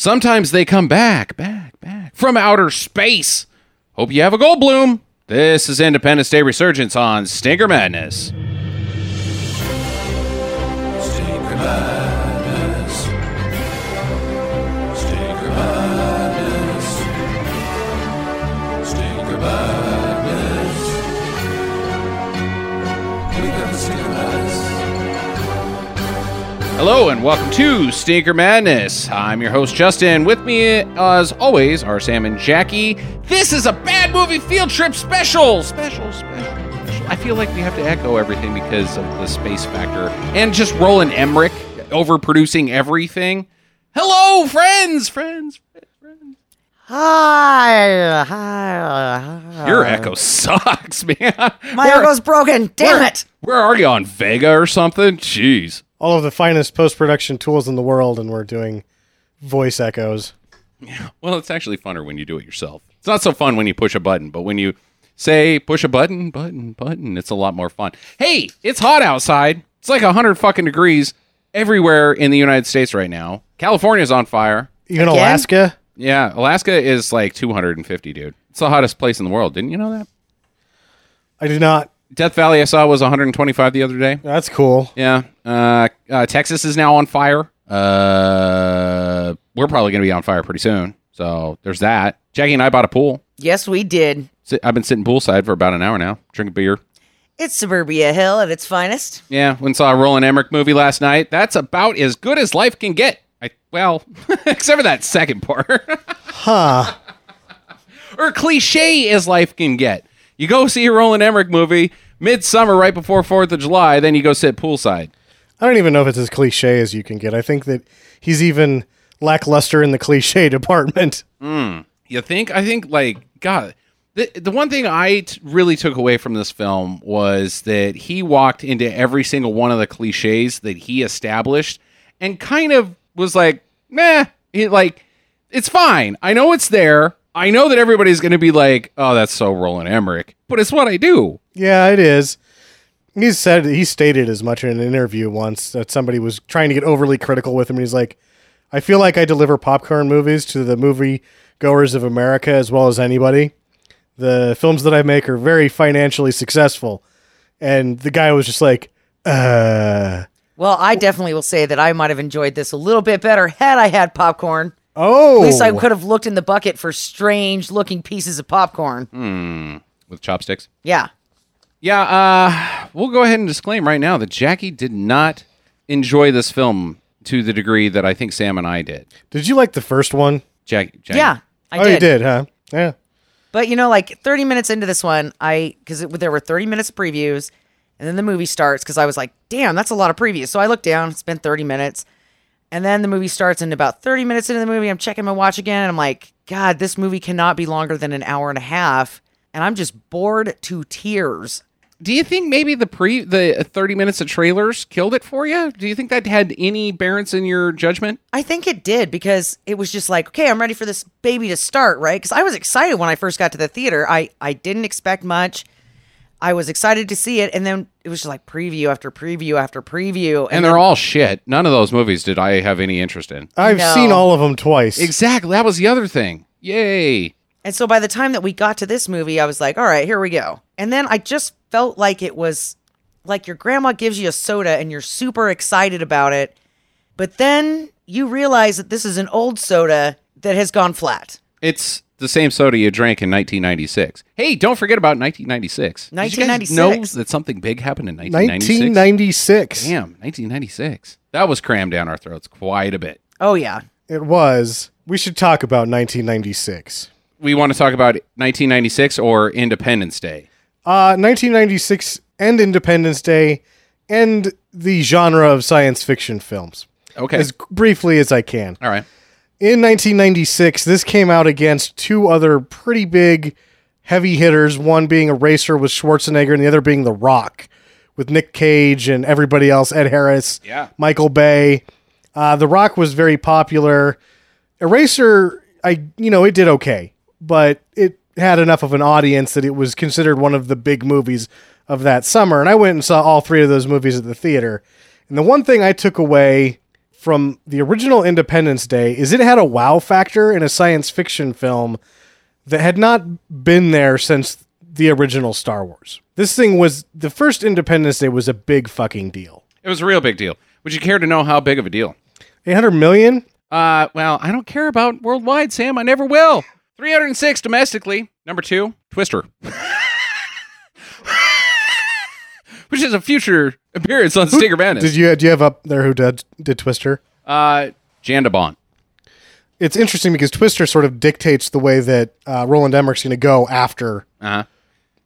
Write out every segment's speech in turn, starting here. Sometimes they come back, back, back from outer space. Hope you have a gold bloom. This is Independence Day Resurgence on Stinker Madness. Stinker Madness. Stinker Madness. Stinker Madness. We got the Stinker Madness. Hello and welcome to Stinker Madness. I'm your host Justin. With me, as always, are Sam and Jackie. This is a bad movie field trip special. Special, special, special. I feel like we have to echo everything because of the space factor and just Roland Emmerich overproducing everything. Hello, friends, friends. Hi, hi, hi. Your echo sucks, man. Uh, My Where- echo's broken. Damn it. Where are you on Vega or something? Jeez. all of the finest post production tools in the world, and we're doing voice echoes. Well, it's actually funner when you do it yourself. It's not so fun when you push a button, but when you say push a button, button, button, it's a lot more fun. Hey, it's hot outside. It's like 100 fucking degrees everywhere in the United States right now. California's on fire. Even Again? Alaska, Yeah, Alaska is like 250, dude. It's the hottest place in the world. Didn't you know that? I do not. Death Valley I saw was 125 the other day. That's cool. Yeah. Uh, uh, Texas is now on fire. Uh, we're probably going to be on fire pretty soon. So there's that. Jackie and I bought a pool. Yes, we did. Sit- I've been sitting poolside for about an hour now, drinking beer. It's suburbia hill at its finest. Yeah, went and saw a Roland Emmerich movie last night. That's about as good as life can get. I well, except for that second part. Huh. or cliche as life can get. You go see a Roland Emmerich movie midsummer right before Fourth of July, then you go sit poolside. I don't even know if it's as cliche as you can get. I think that he's even lackluster in the cliche department. You think? I think like God. The, the one thing I t- really took away from this film was that he walked into every single one of the cliches that he established and kind of was like, nah, it, like, it's fine. I know it's there. I know that everybody's going to be like, oh, that's so Roland Emmerich, but it's what I do. Yeah, it is. He said he stated as much in an interview once that somebody was trying to get overly critical with him. And he's like, I feel like I deliver popcorn movies to the movie goers of America as well as anybody. The films that I make are very financially successful. And the guy was just like, uh, Well, I definitely will say that I might have enjoyed this a little bit better had I had popcorn. oh, At least I could have looked in the bucket for strange looking pieces of popcorn. Mm. With chopsticks. Yeah. Yeah, uh, we'll go ahead and disclaim right now that Jackie did not enjoy this film to the degree that I think Sam and I did. did you like the first one? Jackie, Jackie Yeah. I oh, did. you did, huh? Yeah. But you know, like 30 minutes into this one, I because there were 30 minutes of previews, and then the movie starts because I was like, damn, that's a lot of previews. So I look down, it's been 30 minutes, and then the movie starts. And about 30 minutes into the movie, I'm checking my watch again, and I'm like, God, this movie cannot be longer than an hour and a half, and I'm just bored to tears. Do you think maybe the pre the thirty minutes of trailers killed it for you? Do you think that had any bearance in your judgment? I think it did because it was just like, okay, I'm ready for this baby to start, right? Because I was excited when I first got to the theater. I I didn't expect much. I was excited to see it, and then it was just like preview after preview after preview, And they're all shit. None of those movies did I have any interest in. I've No. seen all of them twice. Uh, Exactly. That was the other thing. Yay. And so by the time that we got to this movie, I was like, all right, here we go. And then I just felt like it was like your grandma gives you a soda and you're super excited about it. But then you realize that this is an old soda that has gone flat. It's the same soda you drank in 1996. Hey, don't forget about 1996. Did you guys 1996? know that something big happened in 1996. 1996. Damn, 1996. That was crammed down our throats quite a bit. Oh, yeah. It was. We should talk about 1996. We want to talk about 1996 or Independence Day. Uh, 1996 and Independence Day and the genre of science fiction films. Okay. As briefly as I can. all right. In 1996, this came out against two other pretty big heavy hitters, one being Eraser with Schwarzenegger and the other being The Rock with Nick Cage and everybody else, Ed Harris, Yeah. Michael Bay. Uh, the Rock was very popular. Eraser, I you know, it did okay, but it had enough of an audience that it was considered one of the big movies of that summer. And I went and saw all three of those movies at the theater. And the one thing I took away from the original Independence Day is it had a wow factor in a science fiction film that had not been there since the original Star Wars. This thing was the first Independence Day was a big fucking deal. It was a real big deal. Would you care to know how big of a deal? 800 million? Uh, well, I don't care about worldwide, Sam. I never will. 306 domestically. Number two, Twister. Which is a future appearance on Stinker Bandit. Did you do you have up there who did, did Twister? Uh, Jandabon. It's interesting because Twister sort of dictates the way that uh, Roland Emmerich's going to go after. Uh huh.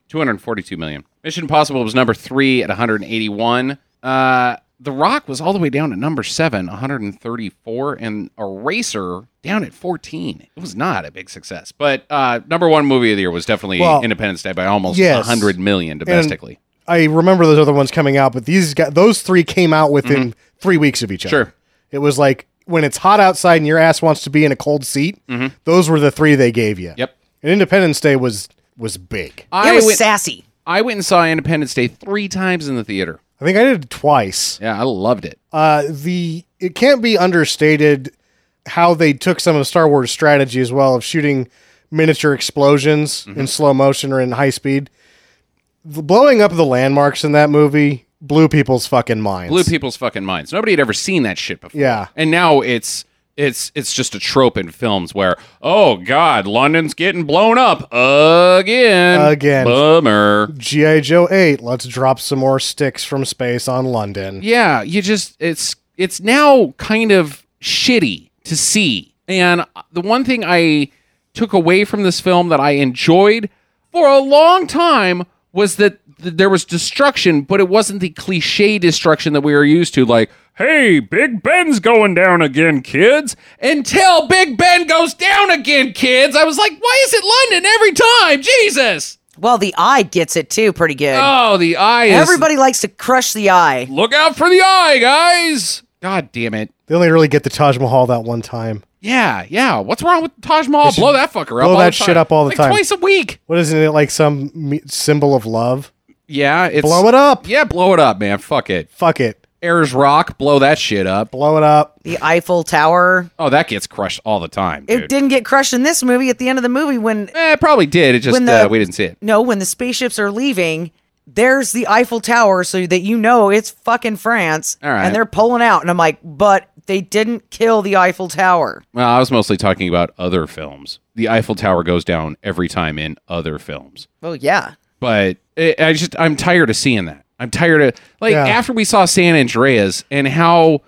242 million. Mission Impossible was number three at 181. Uh, The Rock was all the way down at number seven, 134, and Eraser down at 14. It was not a big success, but uh, number one movie of the year was definitely Well, Independence Day by almost yes. 100 million domestically. I remember those other ones coming out, but these got, those three came out within three weeks of each other. Mm-hmm. Sure. It was like when it's hot outside and your ass wants to be in a cold seat. Those were the three they gave you. Mm-hmm. Yep. And Independence Day was was big. I it was went, sassy. I went and saw Independence Day three times in the theater. I think I did it twice. Yeah, I loved it. Uh, the it can't be understated how they took some of Star Wars strategy as well of shooting miniature explosions Mm-hmm. in slow motion or in high speed. The blowing up the landmarks in that movie blew people's fucking minds. Blew people's fucking minds. Nobody had ever seen that shit before. Yeah. And now it's it's it's just a trope in films where oh god, London's getting blown up again. Again. Bummer. GI Joe 8, let's drop some more sticks from space on London. Yeah, you just it's it's now kind of shitty to see. And the one thing I took away from this film that I enjoyed for a long time was that th- there was destruction, but it wasn't the cliche destruction that we were used to like Hey, Big Ben's going down again, kids. Until Big Ben goes down again, kids. I was like, why is it London every time? Jesus. Well, the eye gets it too pretty good. Oh, the eye is. Everybody likes to crush the eye. Look out for the eye, guys. God damn it. They only really get the Taj Mahal that one time. Yeah, yeah. What's wrong with Taj Mahal? Blow that fucker up. blow all that the time. shit up all the Like time. Twice a week. What isn't it like some me- symbol of love? Yeah, it's Blow it up. Yeah, blow it up, man. Fuck it. Fuck it. Airs rock. Blow that shit up. Blow it up. The Eiffel Tower. Oh, that gets crushed all the time. It Dude. didn't get crushed in this movie. At the end of the movie, when Eh, it probably did. It just When the- uh, we didn't see it. no, when the spaceships are leaving, there's the Eiffel Tower, so that you know it's fucking France, All right. and they're pulling out. And I'm like, but they didn't kill the Eiffel Tower. Well, I was mostly talking about other films. The Eiffel Tower goes down every time in other films. Well, yeah, but it, I just I'm tired of seeing that. I'm tired of like Yeah. after we saw San Andreas and how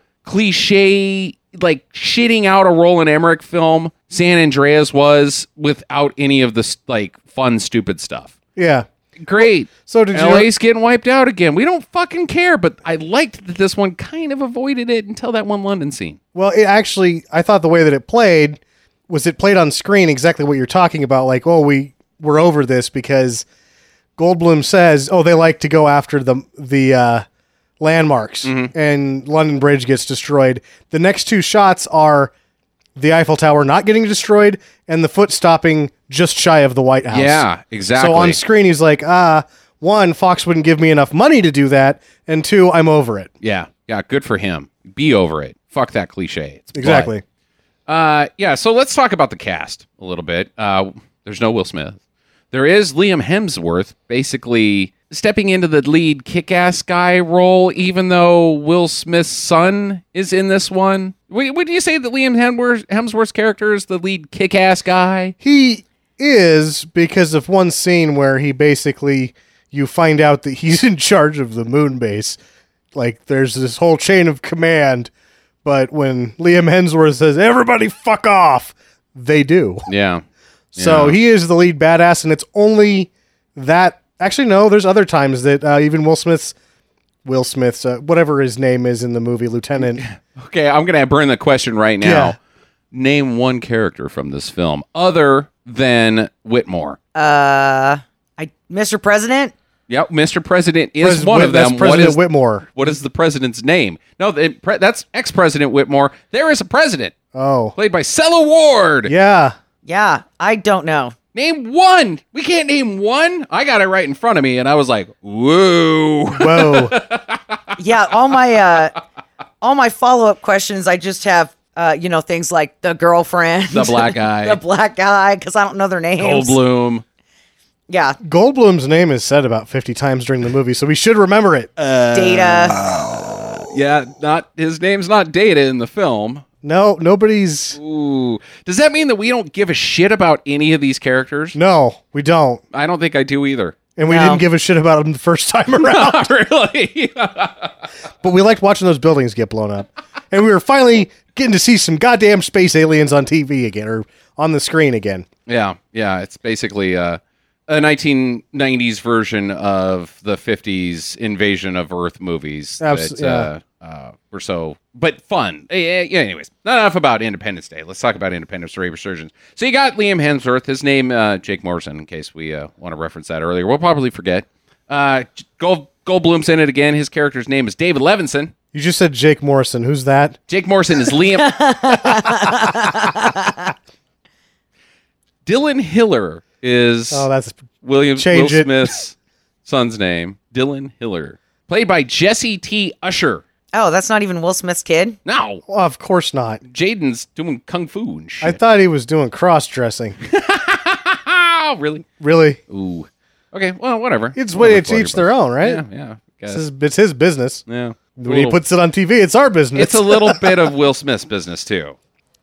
cliche like shitting out a Roland Emmerich film San Andreas was without any of the s- like fun stupid stuff. Yeah. Great. So did you- LA's getting wiped out again. We don't fucking care, but I liked that this one kind of avoided it until that one London scene. Well, it actually, I thought the way that it played was it played on screen exactly what you're talking about. Like, oh, we we're over this because Goldblum says, oh, they like to go after the the uh, landmarks, Mm-hmm. and London Bridge gets destroyed. The next two shots are the Eiffel Tower not getting destroyed and the foot stopping just shy of the White House. Yeah, exactly. So on screen, he's like, ah, one, Fox wouldn't give me enough money to do that, and two, I'm over it. yeah. Yeah, good for him. Be over it. Fuck that cliche. It's Exactly. Uh, yeah, so let's talk about the cast a little bit. Uh, there's no Will Smith. There is Liam Hemsworth basically stepping into the lead kick ass guy role, even though Will Smith's son is in this one. Would, would you say that Liam Hemsworth, Hemsworth's character is the lead kick ass guy? He is because of one scene where he basically you find out that he's in charge of the moon base. Like there's this whole chain of command, but when Liam Hemsworth says everybody fuck off, they do. Yeah. So he is the lead badass and it's only that actually no, there's other times that uh, even Will Smith's Will Smith's uh, whatever his name is in the movie Lieutenant Okay, I'm going to burn the question right now. Yeah. Name one character from this film other than Whitmore. uh, I, Mr. President, Yep, Mr. President is Pres- one of that's them. What President is- Whitmore. What is the president's name? No, the, pre, that's ex President Whitmore. There is a president Oh. played by Cella Ward. Yeah. yeah, I don't know. Name one. We can't name one. I got it right in front of me, and I was like, whoa. Whoa. Yeah, all my uh, all my follow up questions, I just have, uh, you know, things like the girlfriend, The black guy. the black guy, because I don't know their names. Goldblum. Yeah, Goldblum's name is said about 50 times during the movie, so we should remember it. Data. Uh, Yeah, not his name's not Data in the film. no, nobody's. Ooh, does that mean that we don't give a shit about any of these characters? No, we don't. I don't think I do either. And we No. didn't give a shit about them the first time around, Not really. but we liked watching those buildings get blown up. And we were finally getting to see some goddamn space aliens on TV again or on the screen again. yeah, yeah. It's basically uh, a 1990s version of the 50s invasion of Earth movies Abs- that uh, uh, were so, but fun. Eh, eh, Yeah. Anyways, not enough about Independence Day. Let's talk about Independence Day Resurgence. So you got Liam Hemsworth. His name uh, Jake Morrison. In case we uh, want to reference that earlier, we'll probably forget. Uh, Gold Goldblum's in it again. His character's name is David Levinson. You just said Jake Morrison. Who's that? Jake Morrison is Liam. Dylan Hiller is Oh, that's William change Will it. Smith's son's name. Dylan Hiller, played by Jesse T. Usher. Oh, that's not even Will Smith's kid. Now well, of course not. Jaden's doing kung fu and I shit. thought he was doing cross dressing. Ah, really? really? Ooh. Okay. Well, whatever. It's Whatever way to float each your their own, right? boat. Yeah. Yeah. I It's guess. his, it's his business. yeah. When he Little- puts it on TV, it's our business. it's a little bit of Will Smith's business too.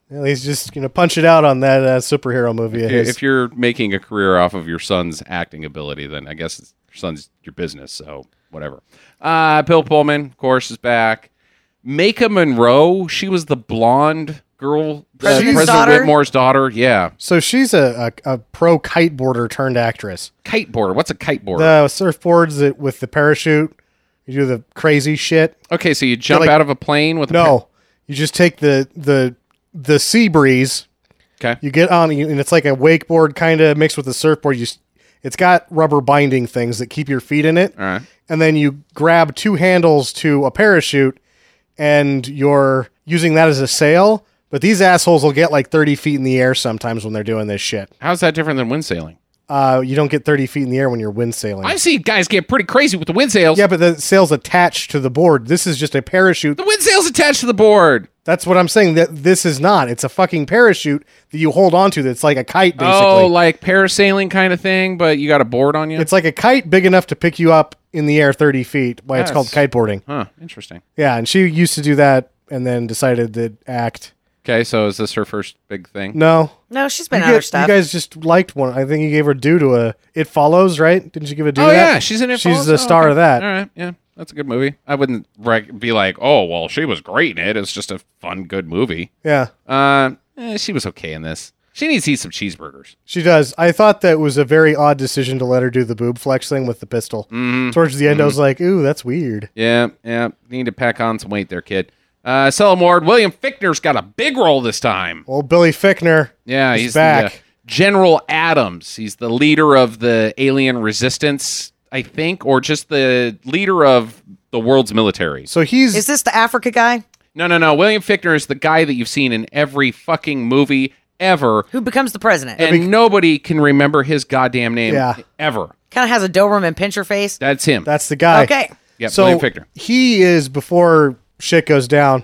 Well, he's just gonna punch it out on that uh, superhero movie. Of his. If you're making a career off of your son's acting ability, then I guess it's your son's your business. So whatever. Uh, Bill Pullman, of course, is back. Maka Monroe, she was the blonde girl, uh, President's President daughter? Whitmore's daughter. Yeah, so she's a, a, a pro kiteboarder turned actress. kiteboarder. What's a kiteboarder? The surfboards that with the parachute, you do the crazy shit. okay, so you jump like- out of a plane with a No, you just take the the the sea breeze. pa- okay, You get on, you- and it's like a wakeboard kind of mixed with a surfboard. You, s- it's got rubber binding things that keep your feet in it. all right. and then you grab two handles to a parachute and you're using that as a sail. But these assholes will get like 30 feet in the air sometimes when they're doing this shit. How's that different than wind sailing? Uh, you don't get 30 feet in the air when you're wind sailing. I see guys get pretty crazy with the wind sails. yeah, but the sail's attached to the board. This is just a parachute. The wind sails attached to the board. That's what I'm saying. That this is not. It's a fucking parachute that you hold onto. That's like a kite, basically. Oh, like parasailing kind of thing, but you got a board on you. it's like a kite big enough to pick you up in the air 30 feet. Why it's called Yes. kiteboarding. huh? Interesting. Yeah, and she used to do that and then decided that act. Okay, so is this her first big thing? No, No, she's been you, out get- of stuff. you guys just liked one. I think you gave her due to a It Follows, right? Didn't you give a due? Oh to yeah, that? she's in it. She's Follows? the Oh, star okay. of that. All right, yeah, that's a good movie. I wouldn't rec- be like, oh well, she was great in it. It's just a fun, good movie. Yeah, Uh, eh, she was okay in this. She needs to eat some cheeseburgers. she does. I thought that was a very odd decision to let her do the boob flex thing with the pistol. Mm-hmm. Towards the end, I was like, "Ooh, that's weird." Yeah, yeah, need to pack on some weight there, kid. Uh, Selim Ward, William Fickner's got a big role this time. Old Billy Fickner. Yeah, is he's back. The, uh, General Adams. He's the leader of the alien resistance, I think, or just the leader of the world's military. so he's Is this the Africa guy No, no, no. William Fichtner is the guy that you've seen in every fucking movie ever, who becomes the president? and nobody can remember his goddamn name Yeah. ever. kind of has a Doberman pincher face. That's him. that's the guy. Okay. yeah, so William Fichtner. he is before shit goes down.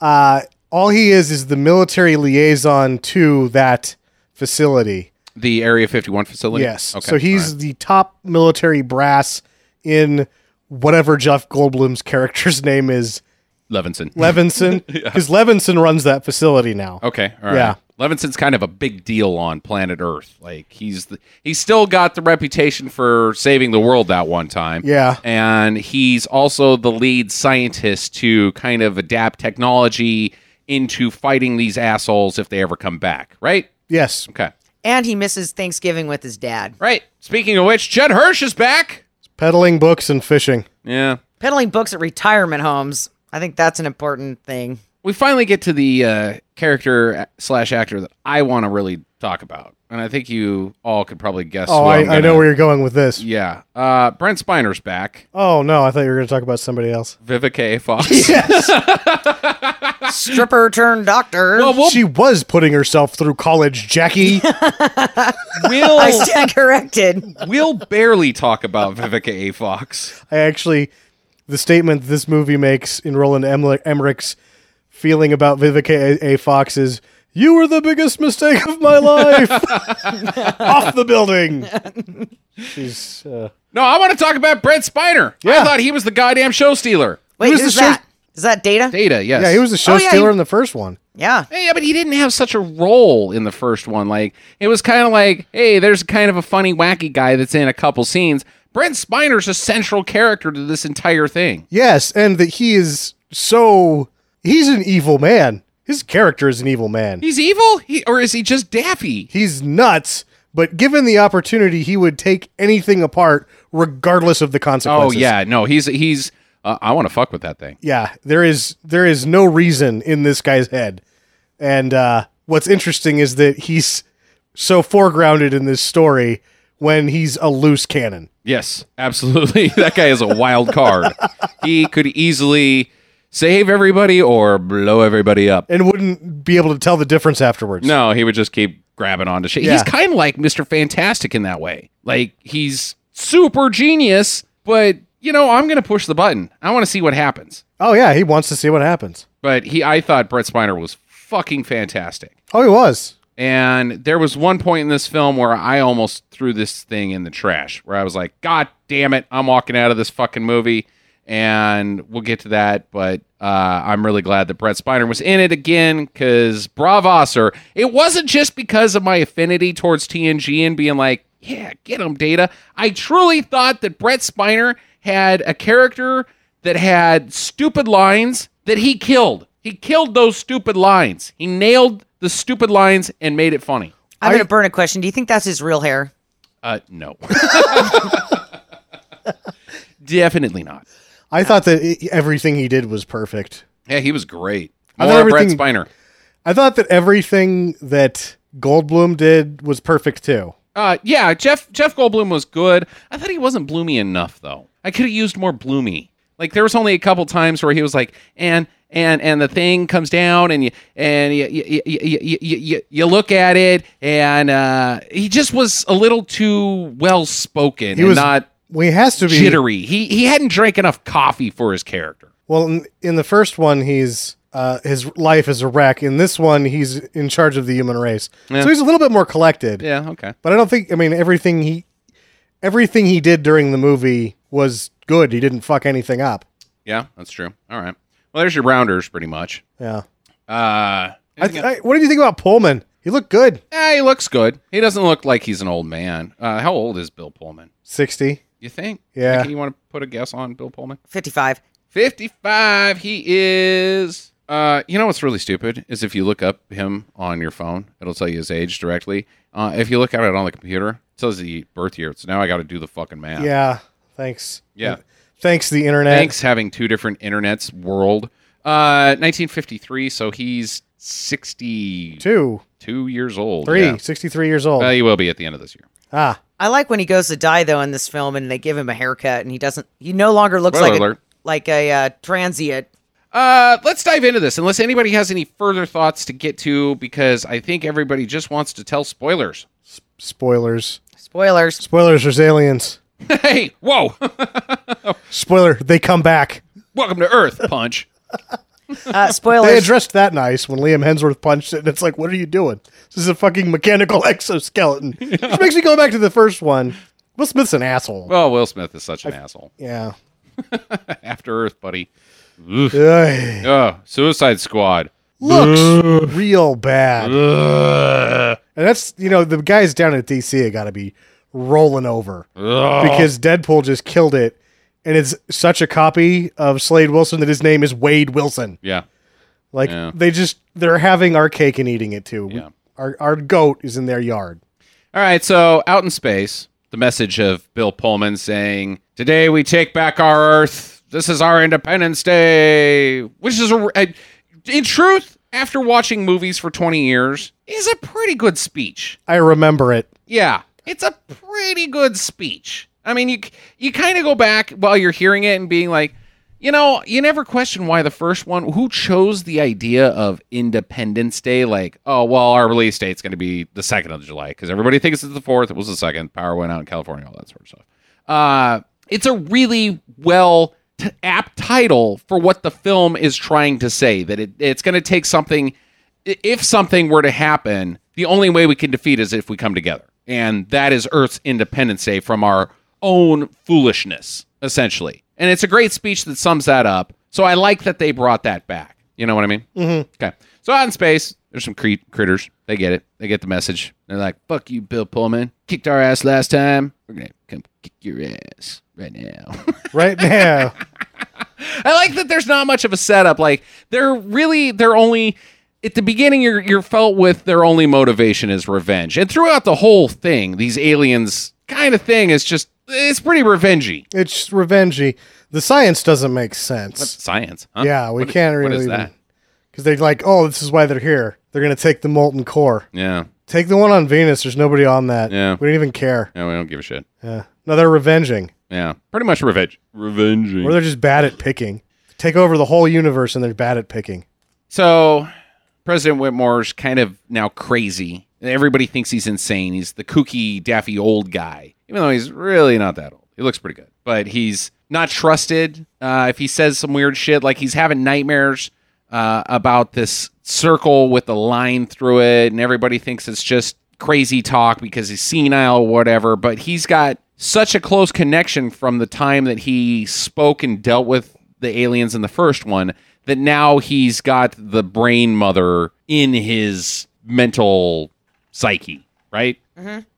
Uh, all he is is the military liaison to that facility. The Area 51 facility? Yes. Okay. So he's the top military brass in whatever Jeff Goldblum's character's name is, all right. Levinson. Levinson, because Levinson runs that facility now. okay. All right. Yeah. Levinson's kind of a big deal on planet Earth. Like he's the, he's still got the reputation for saving the world that one time. Yeah. And he's also the lead scientist to kind of adapt technology into fighting these assholes if they ever come back, right? Yes. Okay. And he misses Thanksgiving with his dad. Right. Speaking of which, Jed Hirsch is back. Peddling books and fishing. Yeah. Peddling books at retirement homes. I think that's an important thing. We finally get to the uh, character slash actor that I want to really talk about, and I think you all could probably guess. Oh, who I, I'm I know gonna- where you're going with this. Yeah. Uh, Brent Spiner's back. Oh, no. I thought you were going to talk about somebody else. Vivica A. Fox. Stripper turned doctor. Oh, Well, we'll, She was putting herself through college, Jackie. I we'll, stand corrected. we'll barely talk about Vivica A. Fox. I actually, the statement this movie makes in Roland Emmerich- Emmerich's feeling about Vivica A. A. Fox is, "You were the biggest mistake of my life." Off the building. She's. Uh, No, I want to talk about Brett Spiner. I Yeah. thought he was the goddamn show stealer. Wait, was the who's show- that? Is that Data? Data, yes. yeah, he was a show Oh, yeah, stealer he- in the first one. Yeah. Yeah, but he didn't have such a role in the first one. Like it was kind of like, hey, there's kind of a funny, wacky guy that's in a couple scenes. Brent Spiner's a central character to this entire thing. Yes, and that he is so he's an evil man. His character is an evil man. He's evil, he, or is he just daffy? He's nuts, but given the opportunity, he would take anything apart regardless of the Oh consequences. yeah, no, he's he's. Uh, I want to fuck with that thing. Yeah, there is there is no reason in this guy's head. And uh what's interesting is that he's so foregrounded in this story when he's a loose cannon. Yes, absolutely. that guy is a wild card. he could easily save everybody or blow everybody up. And wouldn't be able to tell the difference afterwards. No, he would just keep grabbing onto shit. He's Yeah. kind of like Mr. Fantastic in that way. Like he's super genius, but you know, I'm going to push the button. I want to see what happens. Oh yeah, he wants to see what happens. But he I thought Brett Spiner was fucking fantastic. Oh he was. And there was one point in this film where I almost threw this thing in the trash, where I was like, God damn it, I'm walking out of this fucking movie. And we'll get to that. But uh, I'm really glad that Brett Spiner was in it again because Bravasser. It wasn't just because of my affinity towards TNG and being like, yeah, get him, Data. I truly thought that Brett Spiner had a character that had stupid lines that he killed. He killed those stupid lines. He nailed the stupid lines and made it funny. I'm going to burn a question. Do you think that's his real hair? Uh, no. Definitely not. I thought that i everything he did was perfect. Yeah, he was great. I thought More Brett everything- Spiner. I thought that everything that Goldblum did was perfect too. Uh, yeah, Jeff Jeff Goldblum was good. I thought he wasn't bloomy enough though. I could have used more bloomy. Like there was only a couple times where he was like, and and and the thing comes down, and you and you you, you, you, you, you, you look at it, and uh, he just was a little too well spoken. He was not Well, he has to be jittery. He he hadn't drank enough coffee for his character. Well, in, in the first one, he's uh, his life is a wreck. In this one, he's in charge of the human race, so he's a little bit more collected. Yeah, okay. But I don't think. I mean, everything he everything he did during the movie was good. He didn't fuck anything up. Yeah, that's true. All right. Well, there's your rounders, pretty much. Yeah. Uh, I th- I, what did you think about Pullman? He looked good. eh, he looks good. He doesn't look like he's an old man. Uh, how old is Bill Pullman? Sixty. You think? Yeah. Think you want to put a guess on Bill Pullman? 55. 55. He is. Uh, you know what's really stupid is if you look up him on your phone, it'll tell you his age directly. Uh, if you look at it on the computer, it tells the birth year. So now I got to do the fucking math. Yeah. Thanks. Yeah. Thanks the internet. Thanks having two different internets world. Uh, 1953. So he's 62 Two, years old. three, Yeah. 63 years old. Uh, he will be at the end of this year. ah. I like when he goes to die though in this film, and they give him a haircut, and he doesn't. He no longer looks Spoiler like a, alert. like a uh, transient. Uh, let's dive into this, unless anybody has any further thoughts to get to, because I think everybody just wants to tell spoilers. Spoilers. Spoilers. Spoilers, there's aliens. hey, whoa! Spoiler, they come back. Welcome to Earth, Punch. Uh, They spoilers. addressed that nice when Liam Hemsworth punched it, and it's like, what are you doing? This is a fucking mechanical exoskeleton. Which makes me go back to the first one. Will Smith's an asshole. Well, Oh, Will Smith is such an asshole. Yeah. After Earth, buddy. Ugh. Oh, Suicide Squad. Looks real bad. And that's, you know, the guys down at DC have got to be rolling over because Deadpool just killed it. And it's such a copy of Slade Wilson that his name is Wade Wilson. Yeah, Like, Yeah. they just, they're having our cake and eating it too. We- Yeah. our, our goat is in their yard. All right, so out in space, the message of Bill Pullman saying, "Today we take back our Earth. This is our Independence Day," which is a, a- in truth, after watching movies for twenty years, is a pretty good speech. I remember it. Yeah, it's a pretty good speech. I mean, you you kind of go back while you're hearing it and being like, you know, you never question why the first one who chose the idea of Independence Day, like, oh well, our release date's going to be the second of July because everybody thinks it's the fourth. It was the second. Power went out in California, all that sort of stuff. Uh, it's a really well t- apt title for what the film is trying to say that it, it's going to take something i- if something were to happen the only way we can defeat is if we come together and that is earth's independence day from our own foolishness essentially and it's a great speech that sums that up so i like that they brought that back you know what i mean mm-hmm. okay so out in space there's some cre- critters they get it they get the message they're like fuck you bill pullman kicked our ass last time we're gonna come kick your ass right now right now. I like that there's not much of a setup. Like they're really they're only at the beginning you're you're felt with their only motivation is revenge. And throughout the whole thing, these aliens kind of thing is just it's pretty revengey. It's revengey. The science doesn't make sense. Science, huh? yeah, we What- can't really. What is that? Because they're like, oh, this is why they're here. They're gonna take the molten core. Yeah. Take the one on Venus. There's nobody on that. Yeah. We don't even care. No, we don't give a shit. Yeah. No, they're revenging, Yeah. Pretty much revenge. Revenging. or they're just bad at picking. Take over the whole universe, and they're bad at picking. So President Whitmore's kind of now crazy. Everybody thinks he's insane. He's the kooky, daffy old guy, even though he's really not that old. He looks pretty good, but he's not trusted. Uh, if he says some weird shit, like he's having nightmares uh, about this circle with a line through it, and everybody thinks it's just crazy talk because he's senile or whatever. But he's got such a close connection from the time that he spoke and dealt with the aliens in the first one that now he's got the brain mother in his mental psyche, right?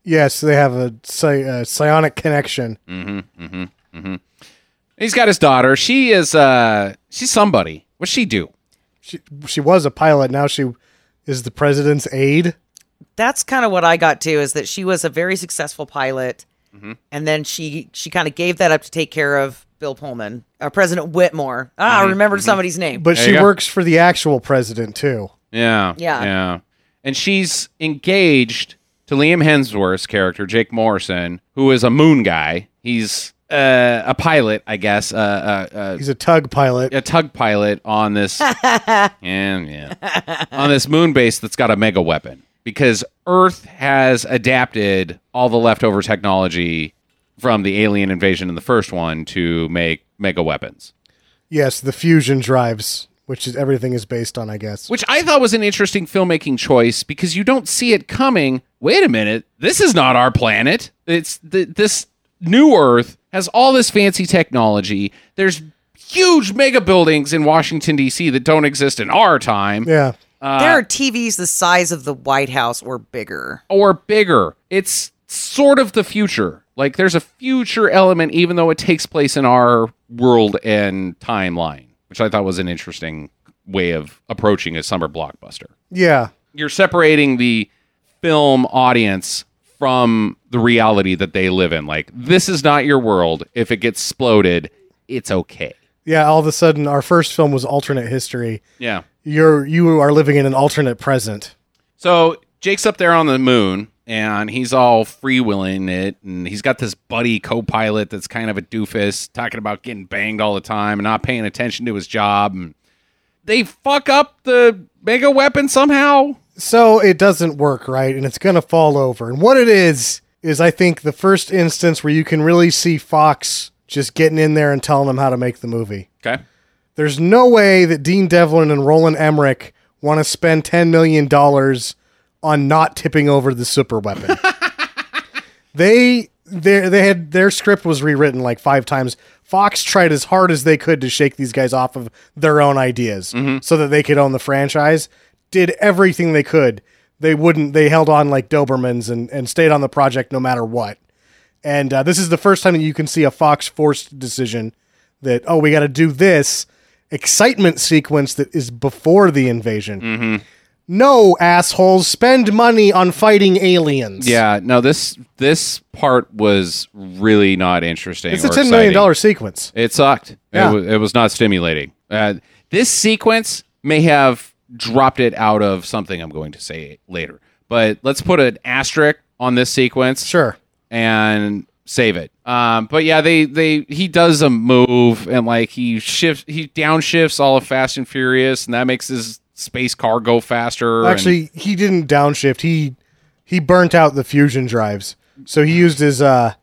Yes, they have a psi- uh, psionic connection. Mm. He's got his daughter. She is uh she's somebody. What's she do? She she was a pilot. Now she is the president's aide. that's kind of what I got to is that she was a very successful pilot, Mm-hmm. and then she she kind of gave that up to take care of Bill Pullman, uh, President Whitmore. Ah, Mm-hmm. I remembered somebody's name. But There she you go. works for the actual president too. Yeah. Yeah. Yeah. And she's engaged to Liam Hemsworth's character, Jake Morrison, who is a moon guy. He's uh, a pilot, I guess, uh, uh, uh, He's a tug pilot. a tug pilot on this and yeah on this moon base that's got a mega weapon because earth has adapted all the leftover technology from the alien invasion in the first one to make mega weapons Yes, the fusion drives, which is everything is based on, I guess. which i thought was an interesting filmmaking choice because you don't see it coming wait a minute this is not our planet it's th- this new earth has all this fancy technology there's huge mega buildings in washington d.c that don't exist in our time Yeah. there Uh, are TVs the size of the White House or bigger. or bigger. It's sort of the future. Like there's a future element, even though it takes place in our world and timeline, which I thought was an interesting way of approaching a summer blockbuster. Yeah. You're separating the film audience from the reality that they live in. Like, this is not your world. If it gets exploded, it's okay. Yeah, all of a sudden our first film was alternate history. Yeah. You're you are living in an alternate present. So Jake's up there on the moon and he's all freewheeling it. And he's got this buddy co pilot that's kind of a doofus talking about getting banged all the time and not paying attention to his job. And they fuck up the mega weapon somehow. So it doesn't work, right? And it's gonna fall over. And what it is is I think the first instance where you can really see Fox just getting in there and telling them how to make the movie. Okay. There's no way that Dean Devlin and Roland Emmerich want to spend $10 million on not tipping over the super weapon. they they they had their script was rewritten like five times. Fox tried as hard as they could to shake these guys off of their own ideas so that they could own the franchise. Did everything they could. They wouldn't. They held on like Dobermans and and stayed on the project no matter what. And uh, this is the first time that you can see a Fox forced decision that oh we got to do this excitement sequence that is before the invasion. No assholes spend money on fighting aliens. Yeah. No, this this part was really not interesting. It's a or ten million exciting. dollar sequence. It sucked. Yeah. It, wa- it was not stimulating. Uh, this sequence may have dropped it out of something I'm going to say later, but let's put an asterisk on this sequence Sure. and save it. Um, but yeah, they they he does a move and like he shifts he downshifts all of Fast and Furious, and that makes his space car go faster. and- Actually, he didn't downshift. He he burnt out the fusion drives, so he used his uh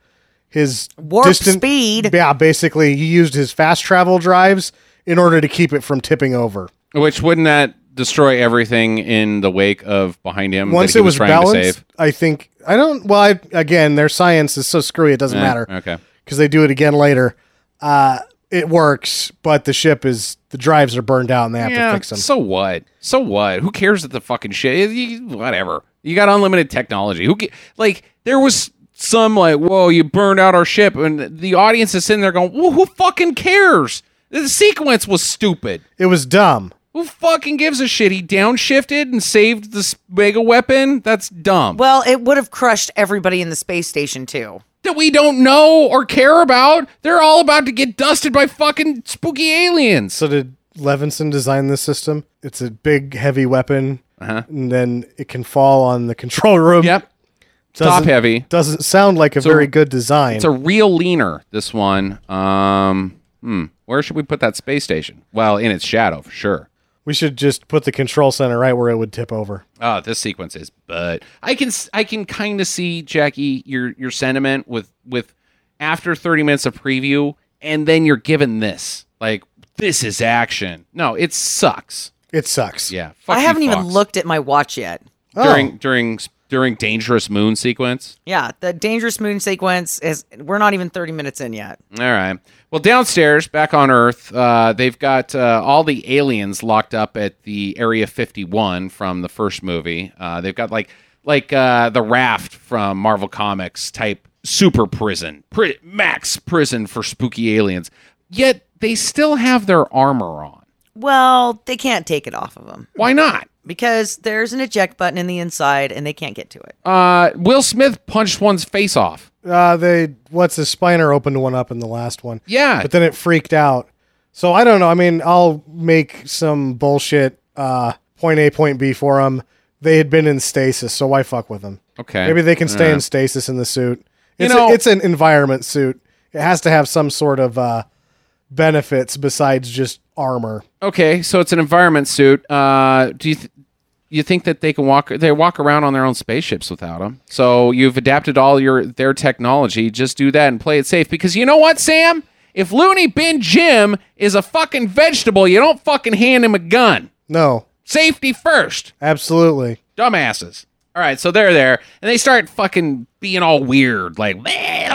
his Warp distant- speed. Yeah, basically, he used his fast travel drives in order to keep it from tipping over. Which wouldn't that destroy everything in the wake of behind him Once that he it was, trying to balanced, save? I think I don't. Well, I, again, their science is so screwy; it doesn't Eh, matter. Okay. because they do it again later. Uh, it works, but the ship is the drives are burned out and they have Yeah, to fix them. so what? So what? Who cares that the fucking shit? you- Whatever. You got unlimited technology. Who ca- like there was some like, whoa, you burned out our ship, and the audience is sitting there going, well, who fucking cares? The sequence was stupid. It was dumb. Who fucking gives a shit? He downshifted and saved this mega weapon. That's dumb. Well, it would have crushed everybody in the space station too. that we don't know or care about. They're all about to get dusted by fucking spooky aliens. So did Levinson design this system? It's a big, heavy weapon, and then it can fall on the control room. Uh-huh. Yep. Doesn't- Top heavy. Doesn't sound like a very good design. It's a real leaner, this one. Um, hmm. Where should we put that space station? Well, in its shadow, for sure. we should just put the control center right where it would tip over. Oh, this sequence is but I can s- I can kind of see Jackie your your sentiment with with after 30 minutes of preview and then you're given this. Like this is action. No, it sucks. It sucks. Yeah. fuck I you, haven't even Fox. looked at my watch yet. Oh, during during during dangerous moon sequence. Yeah, the dangerous moon sequence is we're not even 30 minutes in yet. All right. Well, downstairs, back on Earth, uh, they've got uh, all the aliens locked up at the Area 51 from the first movie. Uh, they've got like like uh, the raft from Marvel Comics type super prison, pri- max prison for spooky aliens. Yet they still have their armor on. Well, they can't take it off of them Why not? because there's an eject button in the inside and they can't get to it. Uh, Will Smith punched one's face off. uh, they what's his spiner opened one up in the last one. Yeah. but then it freaked out. So I don't know. I mean, I'll make some bullshit uh, point A, point B for them. They had been in stasis, so why fuck with them? Okay. Maybe they can stay in stasis in the suit. It's, know- a, it's an environment suit. It has to have some sort of uh, benefits besides just armor. Okay, so it's an environment suit. Uh, do you th- you think that they can walk? They walk around on their own spaceships without them. So you've adapted all your their technology. Just do that and play it safe. Because you know what, Sam? If Looney Bin Jim is a fucking vegetable, you don't fucking hand him a gun. No, Safety first, absolutely. dumbasses. All right, so they're there, and they start fucking being all weird, like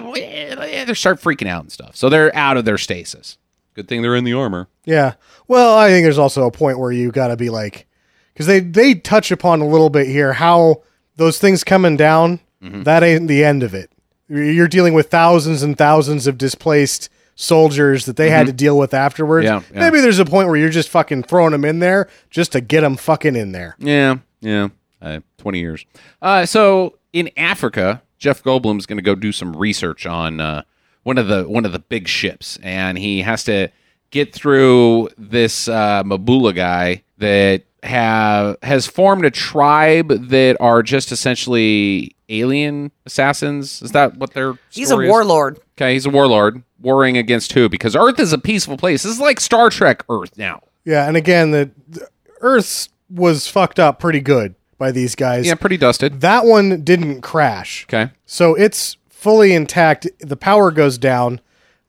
they start freaking out and stuff. So they're out of their stasis. Good thing they're in the armor. Yeah. Well, I think there's also a point where you got to be like, because they they touch upon a little bit here how those things coming down Mm-hmm. that ain't the end of it. You're you're dealing with thousands and thousands of displaced soldiers that they had to deal with afterwards. Mm-hmm. Yeah, yeah. Maybe there's a point where you're just fucking throwing them in there just to get them fucking in there. Yeah, yeah. Uh, 20 years. Uh, so in Africa, Jeff Goldblum's going to go do some research on uh, one of the one of the big ships, and he has to get through this uh, Mabula guy that have has formed a tribe that are just essentially alien assassins. Is that what they're? He's a warlord. Okay, he's a warlord warring against who? Because Earth is a peaceful place. This is like Star Trek Earth now. Yeah, and again, the, the Earth was fucked up pretty good by these guys. Yeah, pretty dusted. That one didn't crash. Okay. So it's fully intact. The power goes down,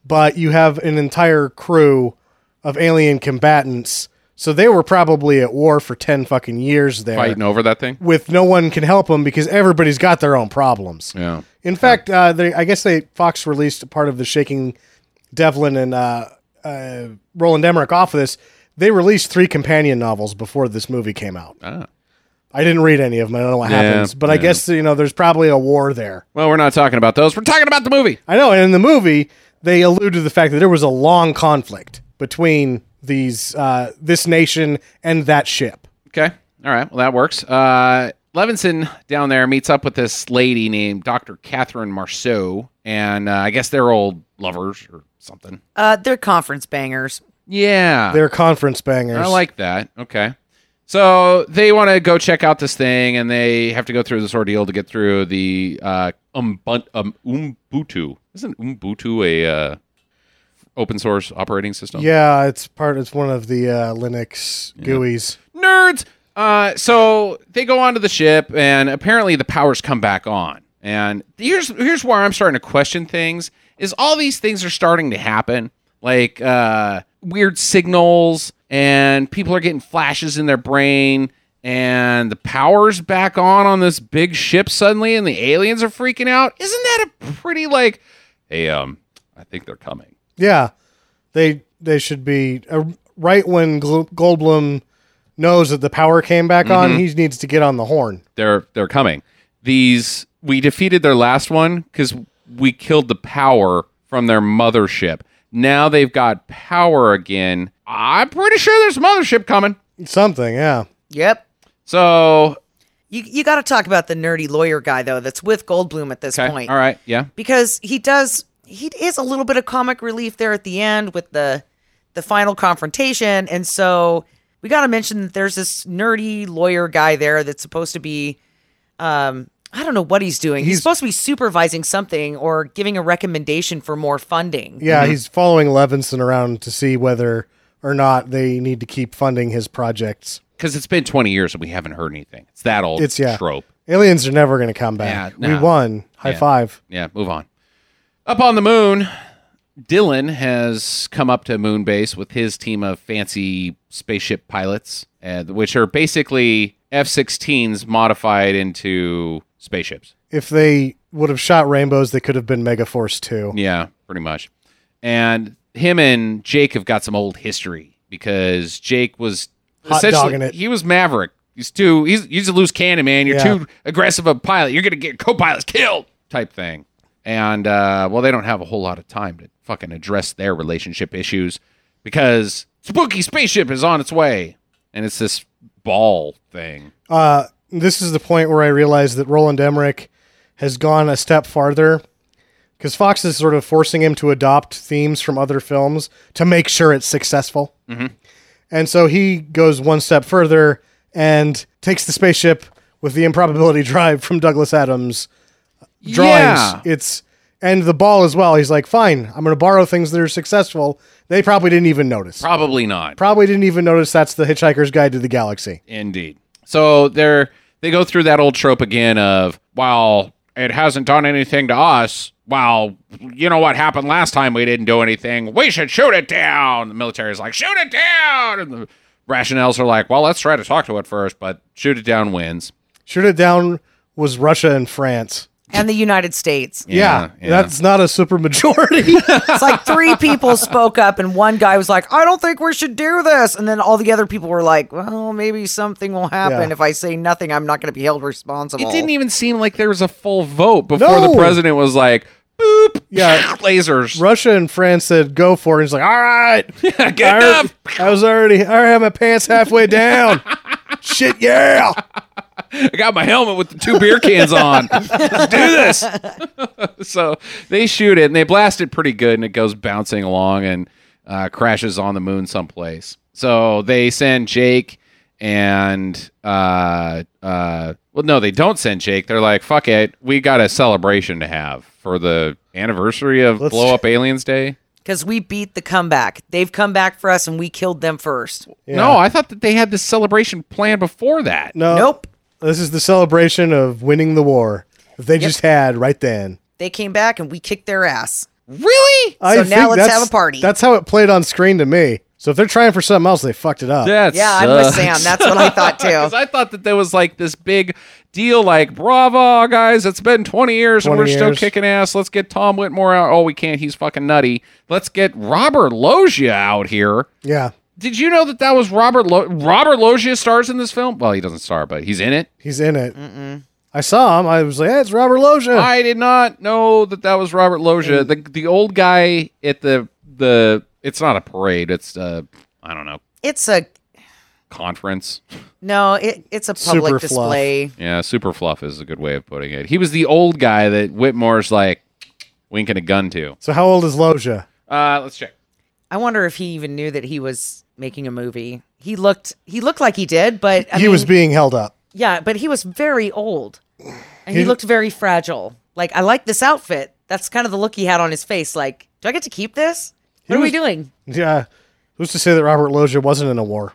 but you have an entire crew of alien combatants. So they were probably at war for 10 fucking years there Fighting over that thing. with no one can help them because everybody's got their own problems. Yeah. In fact, uh, they, I guess they Fox released part of the shaking Devlin and uh, uh, Roland Emmerich off of this. They released three companion novels before this movie came out. Ah. I didn't read any of them. I don't know what Yeah, happens, but I yeah. guess you know there's probably a war there. Well, we're not talking about those. We're talking about the movie. I know, and in the movie, they allude to the fact that there was a long conflict between these uh, this nation and that ship. Okay. All right. Well, that works. Uh, Levinson down there meets up with this lady named Dr. Catherine Marceau, and uh, I guess they're old lovers or something. Uh, they're conference bangers. Yeah. They're conference bangers. I like that. Okay. So they want to go check out this thing, and they have to go through this ordeal to get through the uh, Umbun- um, Ubuntu. Isn't Ubuntu a uh, open source operating system? yeah, it's part. It's one of the uh, Linux GUIs. nerds. Uh, so they go onto the ship, and apparently the powers come back on. And here's here's where I'm starting to question things is all these things are starting to happen like uh, weird signals and people are getting flashes in their brain and the power's back on on this big ship suddenly and the aliens are freaking out. Isn't that a pretty like hey um I think they're coming. Yeah, they they should be uh, right when Gl- Goldblum knows that the power came back Mm-hmm. on. He needs to get on the horn. They're they're coming. These we defeated their last one cuz we killed the power from their mothership. Now they've got power again. I'm pretty sure there's a mothership coming. Something. Yeah. Yep. So, You you got to talk about the nerdy lawyer guy though that's with Goldblum at this okay. point All right. Yeah. because he does he is a little bit of comic relief there at the end with the the final confrontation and so we got to mention that there's this nerdy lawyer guy there that's supposed to be um I don't know what he's doing. He's, supposed to be supervising something or giving a recommendation for more funding. Yeah, Mm-hmm. he's following Levinson around to see whether or not they need to keep funding his projects. because it's been 20 years and we haven't heard anything. It's that old It's yeah. trope. Aliens are never going to come back. Yeah, nah. We won. High five. Yeah, move on. Up on the moon, Dylan has come up to moon base with his team of fancy spaceship pilots, uh, which are basically F 16s modified into spaceships. If they would have shot rainbows, they could have been Mega Force 2. Yeah, pretty much. And him and Jake have got some old history because Jake was Hot essentially dogging it. he was Maverick. He's too he's he's a loose cannon, man. You're Yeah. too aggressive a pilot. You're gonna get co-pilots killed type thing. And uh, well, they don't have a whole lot of time to fucking address their relationship issues because spooky spaceship is on its way, and it's this ball thing. Uh, this is the point where I realized that Roland Emmerich has gone a step farther because Fox is sort of forcing him to adopt themes from other films to make sure it's successful. And so he goes one step further and takes the spaceship with the improbability drive from Douglas Adams drawings. Yeah. It's and the ball as well. He's like, fine, I'm going to borrow things that are successful. They probably didn't even notice. Probably not. Probably didn't even notice that's the Hitchhiker's Guide to the Galaxy. Indeed. So they're they go through that old trope again of well, it hasn't done anything to us. Well, you know what happened last time? We didn't do anything. We should shoot it down. The military is like, shoot it down, and the rationales are like, well, let's try to talk to it first, but shoot it down wins. Shoot it down was Russia and France. And the United States. Yeah, that's not a super majority. It's like three people spoke up and one guy was like, I don't think we should do this. And then all the other people were like, well, maybe something will happen. Yeah. If I say nothing, I'm not going to be held responsible. It didn't even seem like there was a full vote before No. the president was like, boop, Yeah. lasers. Russia and France said go for it. He's like, all right, Get I, up. already- I was already, I already had my pants halfway down. Shit, yeah. I got my helmet with the two beer cans on. Let's do this. so they shoot it and they blast it pretty good, and it goes bouncing along and uh, crashes on the moon someplace. So they send Jake and uh, uh, well, no, they don't send Jake. They're like, "Fuck it, we got a celebration to have for the anniversary of Let's- Blow Up Aliens Day." Because we beat the comeback. They've come back for us and we killed them first. No, I thought that they had this celebration planned before that. No, Nope. This is the celebration of winning the war that they just had right then. They came back and we kicked their ass. Really? I now think let's that's- have a party. That's how it played on screen to me. So if they're trying for something else, they fucked it up. That Yeah, I'm with sucks. Sam. That's what I thought Because too. I thought that there was like this big deal, like bravo guys, it's been 20 years and 20 we're still years. kicking ass. Let's get Tom Whitmore out. Oh, we can't. He's fucking nutty. Let's get Robert Loggia out here. Yeah. Did you know that that was Robert? Lo- Robert Loggia stars in this film. Well, he doesn't star, but he's in it. He's in it. I saw him. I was like, hey, it's Robert Loggia. I did not know that that was Robert Loggia, the the old guy at the the. It's not a parade. It's uh, I don't know, It's a conference. no. It, it's a public Super fluff. display. Yeah, super fluff is a good way of putting it. He was the old guy that Whitmore's like winking a gun to. so how old is Loggia? Uh, let's check. I wonder if he even knew that he was making a movie. He looked. He looked like he did, but I he mean, was being held up. yeah, but he was very old, and he, He- looked very fragile. Like I like this outfit. That's kind of the look he had on his face. Like, do I get to keep this? What are we was- doing? Yeah. Who's to say that Robert Loggia wasn't in a war?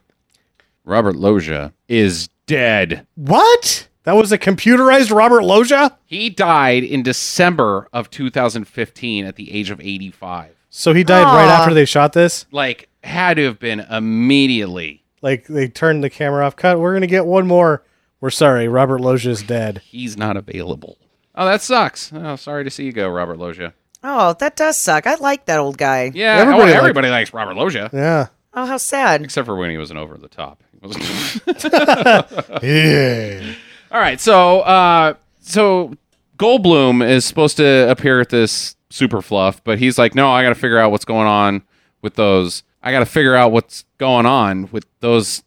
Robert Loggia is dead. What? That was a computerized Robert Loggia? He died in December of 2015 at the age of 85. So he died right Aw. after they shot this? Like, had to have been immediately. Like they turned the camera off. Cut, we're gonna get one more. We're sorry, Robert Loggia's dead. He's not available. Oh, that sucks. Oh, sorry to see you go, Robert Loggia. Oh, that does suck. I like that old guy. Yeah, Everybody everybody, liked- everybody likes Robert Loggia, Yeah. Oh, how sad. except for when he wasn't over the top. He wasn't- Yeah. All right, so uh, so Goldblum is supposed to appear at this super fluff, but he's like, no, I got to figure out what's going on with those. I got to figure out what's going on with those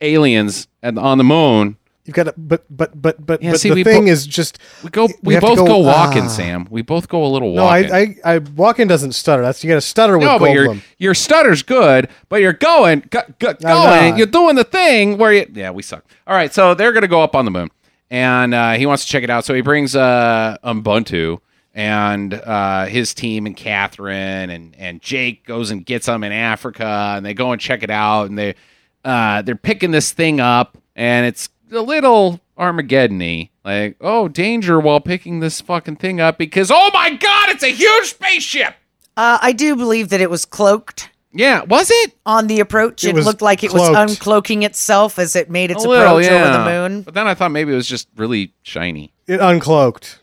aliens and on the moon. You've got to, but but but but, Yeah, but see, we the thing bo- is just We go, we we have to both go- go, walking, ah. Sam. We both go a little no. I, walking. I I walking doesn't stutter. That's you got to stutter with no, but your Goldblum. your stutter's good, but you're going, go, go- going, not. you're doing the thing where you, yeah, we suck. All right, so they're gonna go up on the moon, and uh, he wants to check it out. So he brings uh, Ubuntu and uh, his team and Catherine and and Jake goes and gets them in Africa, and they go and check it out, and they uh, they're picking this thing up, and it's a little Armageddon-y. Like, oh, danger while picking this fucking thing up because oh my god, it's a huge spaceship. Uh, I do believe that it was cloaked Yeah, was it? on the approach. It It, was looked like it was cloaked. uncloaking itself as it made its A little, approach over the moon. But then I thought maybe it was just really shiny. It uncloaked.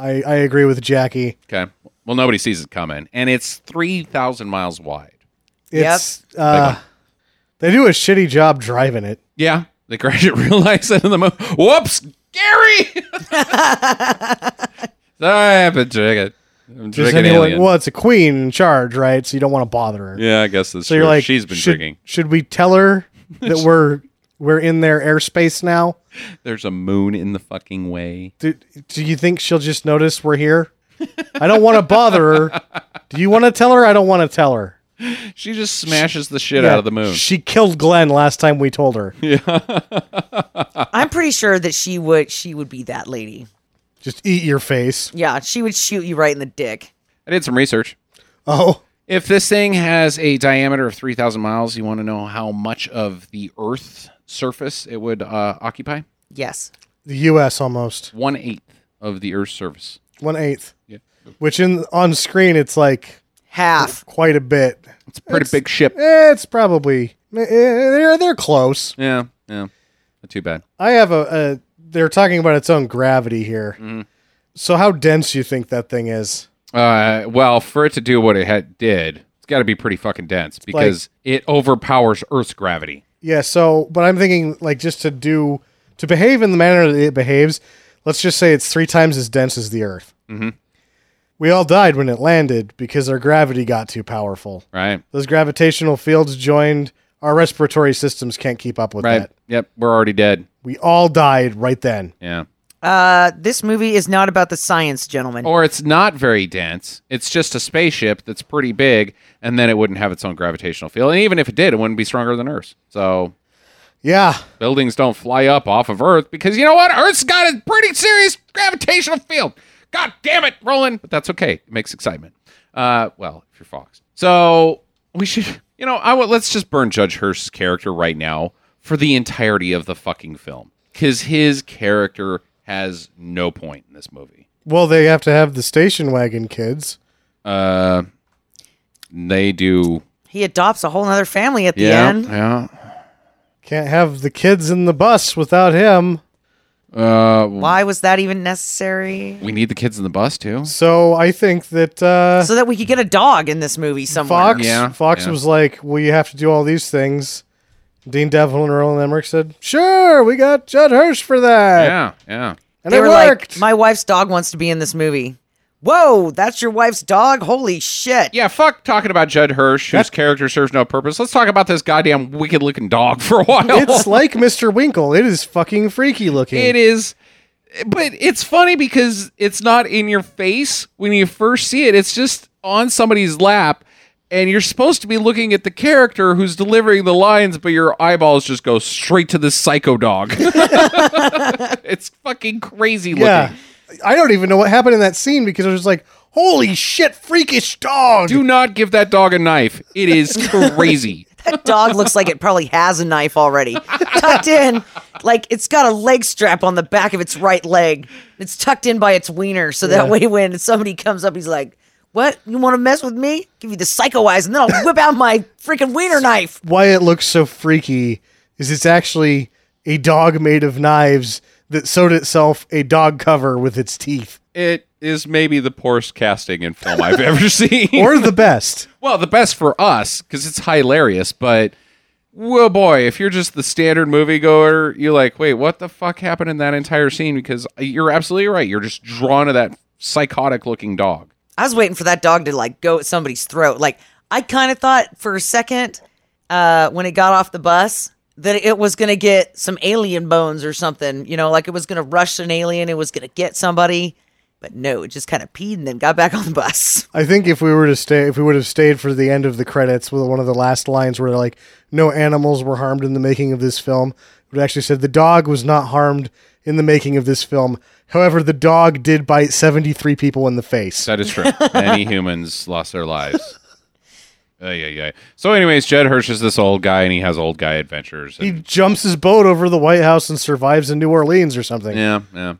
I I agree with Jackie. Okay. Well, nobody sees it coming, and it's three thousand miles wide. It's uh, they do a shitty job driving it. Yeah, the graduate realized in the moment. Whoops, Gary. Sorry, I've been drinking. I'm Just drinking anyone- alien. well, it's a queen in charge, right? So you don't want to bother her. Yeah, I guess that's So true. you're like, She's been should, drinking. Should we tell her that we're we're in their airspace now? There's a moon in the fucking way. Do, do you think she'll just notice we're here? I don't want to bother her. Do you want to tell her? I don't want to tell her. She just smashes the shit Yeah, out of the moon. She killed Glenn last time we told her. I'm pretty sure that she would she would be that lady. Just eat your face. Yeah, she would shoot you right in the dick. I did some research. Oh, If this thing has a diameter of 3,000 miles, you want to know how much of the Earth's surface it would uh, occupy? Yes. the U.S. almost One eighth of the Earth's surface. one eighth. Yeah. Which in on screen it's like Half. quite a bit. It's a pretty big ship. Eh, It's probably eh, eh, they're they're close. Yeah, yeah. Not too bad. I have a, a they're talking about its own gravity here. So how dense you think that thing is? Uh, well, for it to do what it had did, it's got to be pretty fucking dense because it overpowers Earth's gravity. Yeah, so but I'm thinking like just to do to behave in the manner that it behaves, let's just say it's three times as dense as the Earth. Mm-hmm. We all died when it landed because our gravity got too powerful. Right. Those gravitational fields joined our respiratory systems can't keep up with Right. that. Yep. We're already dead. We all died right then. Yeah. Uh, this movie is not about the science, gentlemen. Or it's not very dense. It's just a spaceship that's pretty big, and then it wouldn't have its own gravitational field. And even if it did, it wouldn't be stronger than Earth's. So Yeah. buildings don't fly up off of Earth because you know what? Earth's got a pretty serious gravitational field. God damn it, Roland. But that's okay. It makes excitement. Uh, well, if you're Fox. So we should, you know, I would let's just burn Judge Hirsch's character right now for the entirety of the fucking film because his character has no point in this movie. Well, they have to have the station wagon kids. Uh, they do. He adopts a whole other family at the Yeah, end. yeah. Can't have the kids in the bus without him. Uh, Why was that even necessary? we need the kids in the bus too. So I think that uh, So that we could get a dog in this movie somewhere. Fox Yeah, Fox yeah. was like, "Well, you have to do all these things." Dean Devlin and Roland Emmerich said, "Sure, we got Judd Hirsch for that, Yeah, yeah. and They it were worked." like, my wife's dog wants to be in this movie. Whoa, that's your wife's dog? Holy shit. Yeah, fuck talking about Judd Hirsch, whose character serves no purpose. Let's talk about this goddamn wicked looking dog for a while. it's like Mr. Winkle. It is fucking freaky looking. It is- but it's funny because it's not in your face when you first see it. It's just on somebody's lap, and you're supposed to be looking at the character who's delivering the lines, but your eyeballs just go straight to this psycho dog. it's fucking crazy looking. yeah, I don't even know what happened in that scene because I was like, "Holy shit, freakish dog!" Do not give that dog a knife. It is crazy. that dog looks like it probably has a knife already tucked in. Like it's got a leg strap on the back of its right leg. It's tucked in by its wiener, so that way when somebody comes up, he's like, "What? You want to mess with me? Give you the psycho eyes, and then I'll whip out my freaking wiener knife." why it looks so freaky is it's actually a dog made of knives that sewed itself a dog cover with its teeth, It is maybe the poorest casting in film I've ever seen. or the best. Well, the best for us because it's hilarious, but whoa, boy, if you're just the standard moviegoer, you're like, wait, what the fuck happened in that entire scene? Because you're absolutely right. You're just drawn to that psychotic looking dog. I was waiting for that dog to like go at somebody's throat. Like I kind of thought for a second uh, when it got off the bus that it was gonna get some alien bones or something. You know, like it was gonna rush an alien. It was gonna get somebody. But no, it just kind of peed and then got back on the bus. I think if we were to stay, if we would have stayed for the end of the credits with one of the last lines where like no animals were harmed in the making of this film, it would actually said the dog was not harmed in the making of this film. However, the dog did bite seventy three people in the face. That is true. Many humans lost their lives. Yeah, yeah, yeah. So, anyways, Jed Hirsch is this old guy, and he has old guy adventures. He and- jumps his boat over the White House and survives in New Orleans or something. yeah, yeah.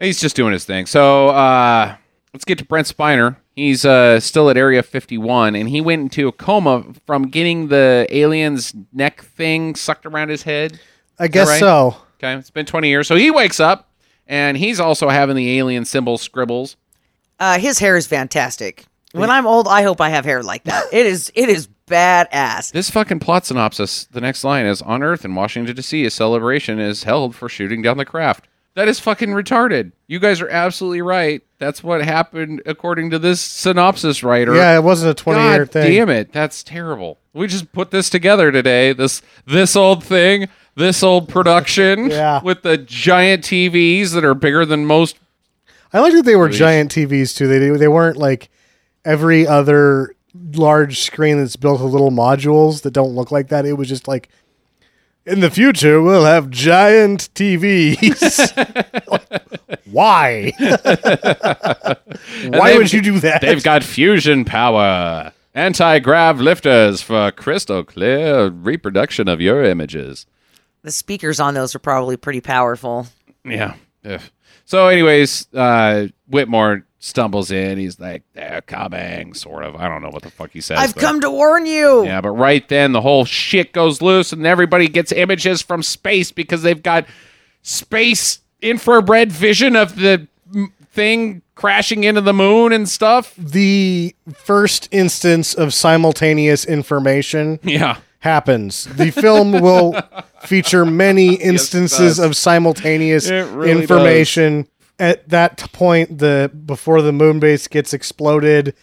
He's just doing his thing. So, uh, let's get to Brent Spiner. He's uh, still at Area 51, and he went into a coma from getting the alien's neck thing sucked around his head. I guess right? so. Okay, it's been 20 years. So he wakes up, and he's also having the alien symbol scribbles. Uh, his hair is fantastic. When I'm old, I hope I have hair like that. It is. It is badass. This fucking plot synopsis, the next line is On Earth in Washington, D.C., a celebration is held for shooting down the craft. That is fucking retarded. You guys are absolutely right. That's what happened according to this synopsis writer. Yeah, it wasn't a twenty year God thing. damn it. That's terrible. We just put this together today. This this old thing, this old production Yeah. with the giant TVs that are bigger than most I like that they were giant TVs too. They they weren't like every other large screen that's built with little modules that don't look like that. It was just like in the future we'll have giant TVs. Why? Why they've- would you do that? They've got fusion power, anti grav lifters for crystal clear reproduction of your images. The speakers on those are probably pretty powerful. Yeah. Ugh. So, anyways, uh, Whitmore stumbles in. He's like, "They're coming," sort of. I don't know what the fuck he says. I've but- come to warn you. Yeah, but right then the whole shit goes loose, and everybody gets images from space because they've got space infrared vision of the m- thing crashing into the moon and stuff. the first instance of simultaneous information Yeah. happens. The film will feature many instances does. of simultaneous It really information. At that t- point, the before the moon base gets exploded,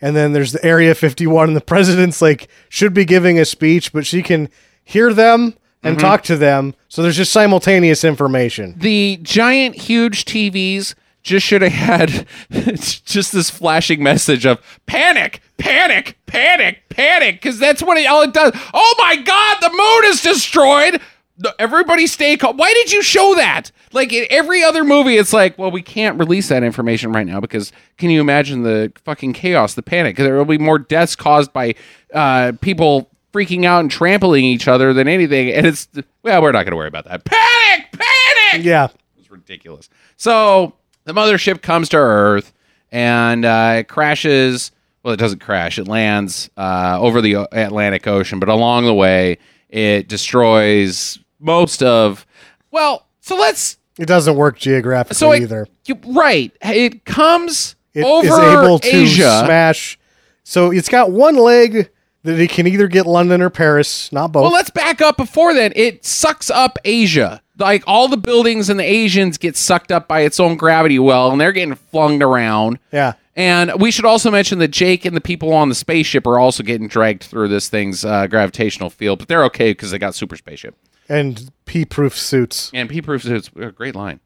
and then there's the Area 51, and the president's like should be giving a speech, but she can hear them and Mm-hmm. talk to them. So there's just simultaneous information. the giant huge TVs just should have had just this flashing message of panic, panic, panic, panic, because that's what it, all it does. Oh my God, the moon is destroyed. The- Everybody stay calm. Why did you show that? Like in every other movie, it's like, well, we can't release that information right now because can you imagine the fucking chaos, the panic? There will be more deaths caused by uh, people freaking out and trampling each other than anything. And it's, well, we're not going to worry about that. Panic, panic Yeah, was ridiculous. So the mothership comes to Earth and uh, it crashes. Well, it doesn't crash. It lands uh, over the O- Atlantic Ocean, but along the way, it destroys most of. Well, so let's. it doesn't work geographically So it, either. you- right, it comes It is over able to Asia. smash. So it's got one leg that it can either get London or Paris, not both. Well, let's back up before then. It sucks up Asia. Like all the buildings and the Asians get sucked up by its own gravity well, and they're getting flung around. yeah. And we should also mention that Jake and the people on the spaceship are also getting dragged through this thing's uh, gravitational field, but they're okay because they got super spaceship and pea-proof suits. and P proves it's a great line.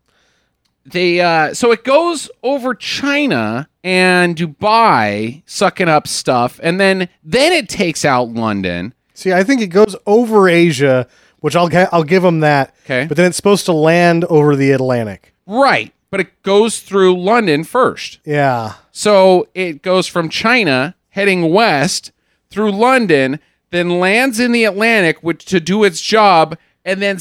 They uh, so it goes over China and Dubai, sucking up stuff, and then then it takes out London. See, I think it goes over Asia, which I'll gi- I'll give them that. 'Kay. but then it's supposed to land over the Atlantic. Right, but it goes through London first. Yeah, So it goes from China heading west through London then lands in the Atlantic which to do its job, and then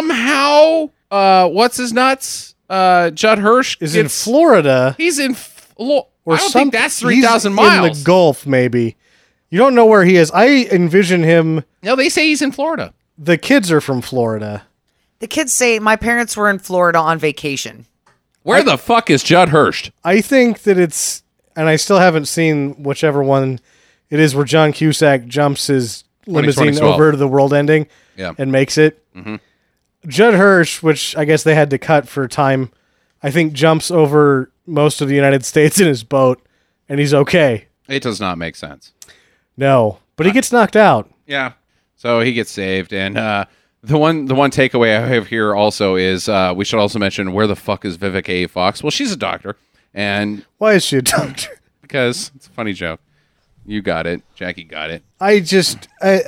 somehow, uh, what's his nuts? Uh, Judd Hirsch Is in gets, Florida He's in. Flo- or I don't some- think that's he's three thousand in the miles. Gulf. Maybe you don't know where he is. I envision him. no, they say he's in Florida. The kids are from Florida. The kids say my parents were in Florida on vacation. Where the fuck is Judd Hirsch? I think that it's, and I still haven't seen whichever one it is where John Cusack jumps his limousine 2012. over to the world ending Yeah. and makes it. Judd Hirsch, which I guess they had to cut for time, I think jumps over most of the United States in his boat and he's okay. It does not make sense. No, but he gets knocked out. Yeah. So he gets saved, and uh, the one the one takeaway I have here also is uh, we should also mention where the fuck is Vivica A. Fox? Well, she's a doctor, and Why is she a doctor? because it's a funny joke, you got it, Jackie got it. I just, I,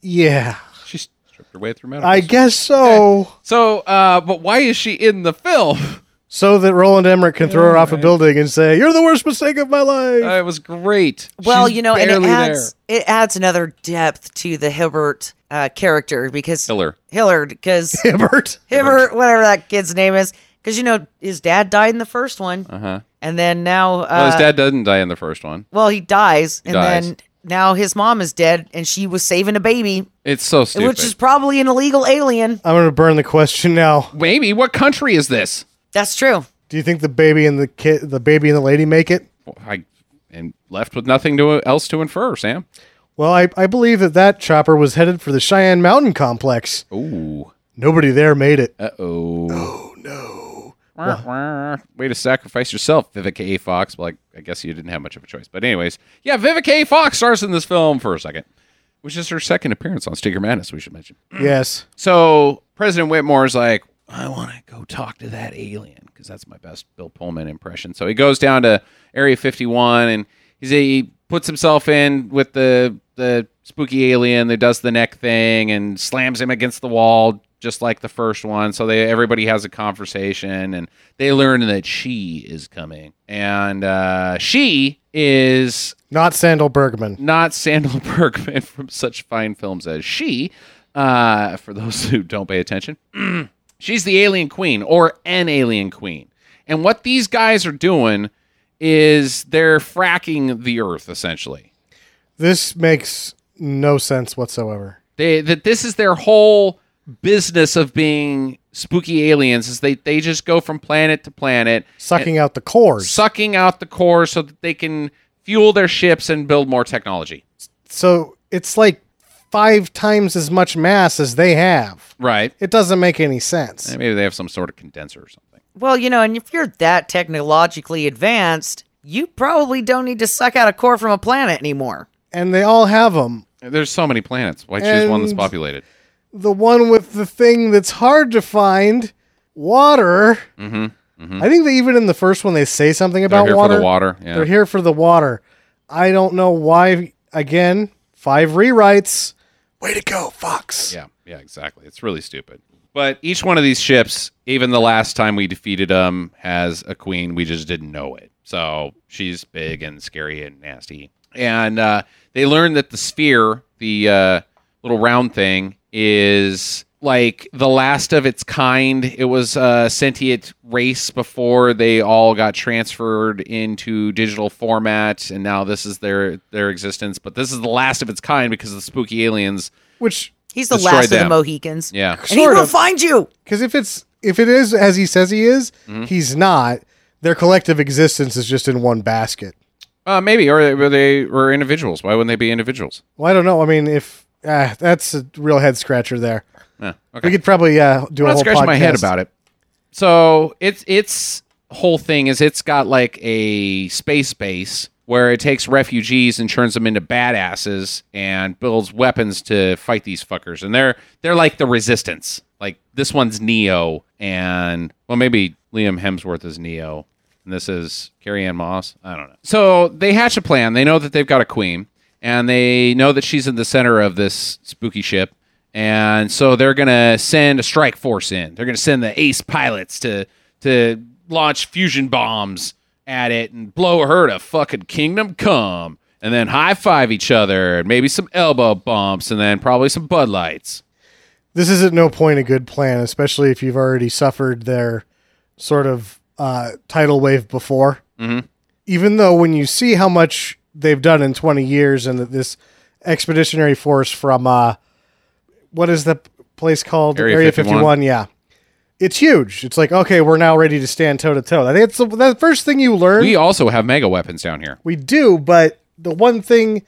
yeah, She stripped her way through medical. I guess so. so, uh, but why is she in the film? So that Roland Emmerich can throw her off a building and say, "You're the worst mistake of my life." Uh, it was great. Well, She's you know, and it barely adds it adds another depth to the Hibbert uh, character because there. Killer. Hillard because Hibbert. Hibbert, whatever that kid's name is, because you know his dad died in the first one, Uh-huh. and then now, uh, Well, his dad doesn't die in the first one. well, he dies, and dies. then now his mom is dead, and she was saving a baby, It's so stupid. which is probably an illegal alien. I'm gonna burn the question now. maybe what country is this? That's true. Do you think the baby and the kid, the baby and the lady, make it? I and left with nothing to else to infer. Sam. Well, I, I believe that that chopper was headed for the Cheyenne Mountain complex. Ooh. Nobody there made it. Uh oh. Oh no. Way to sacrifice yourself, Vivica A. Fox. Well, I, I guess you didn't have much of a choice. But anyways, yeah, Vivica A. Fox stars in this film for a second, which is her second appearance on Sticker Madness. We should mention. yes. So President Whitmore's like, I want to go talk to that alien because that's my best Bill Pullman impression. So he goes down to Area 51 and he's he puts himself in with the the spooky alien that does the neck thing and slams him against the wall just like the first one. So they everybody has a conversation and they learn that she is coming and uh, she is Not Sandal Bergman. not Sandal Bergman from such fine films as She. Uh, for those who don't pay attention, she's the alien queen or an alien queen. And what these guys are doing is they're fracking the earth essentially. This makes no sense whatsoever. They that this is their whole business of being spooky aliens is they they just go from planet to planet Sucking out the cores. sucking out the core so that they can fuel their ships and build more technology. so it's like five times as much mass as they have. Right. It doesn't make any sense. And maybe they have some sort of condenser or something. Well, you know, and if you're that technologically advanced, you probably don't need to suck out a core from a planet anymore. And they all have them. There's so many planets. Why choose one that's And- populated? the one with the thing that's hard to find, water. Mm-hmm, I think they even in the first one they say something They're about here water. for the water. Yeah. They're here for the water. I don't know why. Again, five rewrites. Way to go, Fox. yeah. Yeah. Exactly. It's really stupid. But each one of these ships, even the last time we defeated them, has a queen. We just didn't know it. So she's big and scary and nasty. And uh, they learned that the sphere, the uh, little round thing, is like the last of its kind. It was a sentient race before they all got transferred into digital format, and now this is their their existence. But this is the last of its kind because the spooky aliens Which He's the Destroyed last of them. the Mohicans. Yeah. And he Sort will of. find you. because if it's if it is as he says he is, Mm-hmm. he's not. Their collective existence is just in one basket. Uh, maybe, or were they were individuals? Why wouldn't they be individuals? Well, I don't know. I mean, if ah, that's a real head scratcher there. Yeah, We okay. could probably uh, do I'm a not whole scratching podcast. my head about it. So it's its whole thing is it's got like a space base where it takes refugees and turns them into badasses and builds weapons to fight these fuckers, and they're they're like the resistance. Like this one's Neo, and well, maybe Liam Hemsworth is Neo, and this is Carrie Ann Moss. I don't know. So they hatch a plan. They know that they've got a queen, and they know that she's in the center of this spooky ship. And so they're gonna send a strike force in. They're gonna send the ace pilots to to launch fusion bombs at it and blow her to fucking kingdom come. and then high five each other, and maybe some elbow bumps, and then probably some Bud Lights. this is at no point a good plan, especially if you've already suffered their sort of uh, tidal wave before. Mm-hmm. Even though, when you see how much they've done in 20 years and that this expeditionary force from uh, what is the p- place called? Area 51. yeah. It's huge. It's like, okay, we're now ready to stand toe to toe. I think it's the, the first thing you learn. We also have mega weapons down here. We do, but the one thing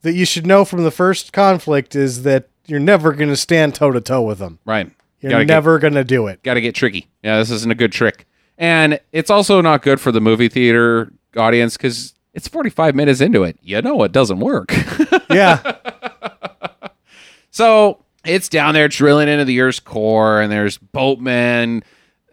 that you should know from the first conflict is that you're never going to stand toe to toe with them. Right. You're Gotta get- never going to do it. got to get tricky. Yeah, this isn't a good trick. And it's also not good for the movie theater audience because it's 45 minutes into it. You know, it doesn't work. Yeah. so it's down there drilling into the Earth's core, and there's boatmen,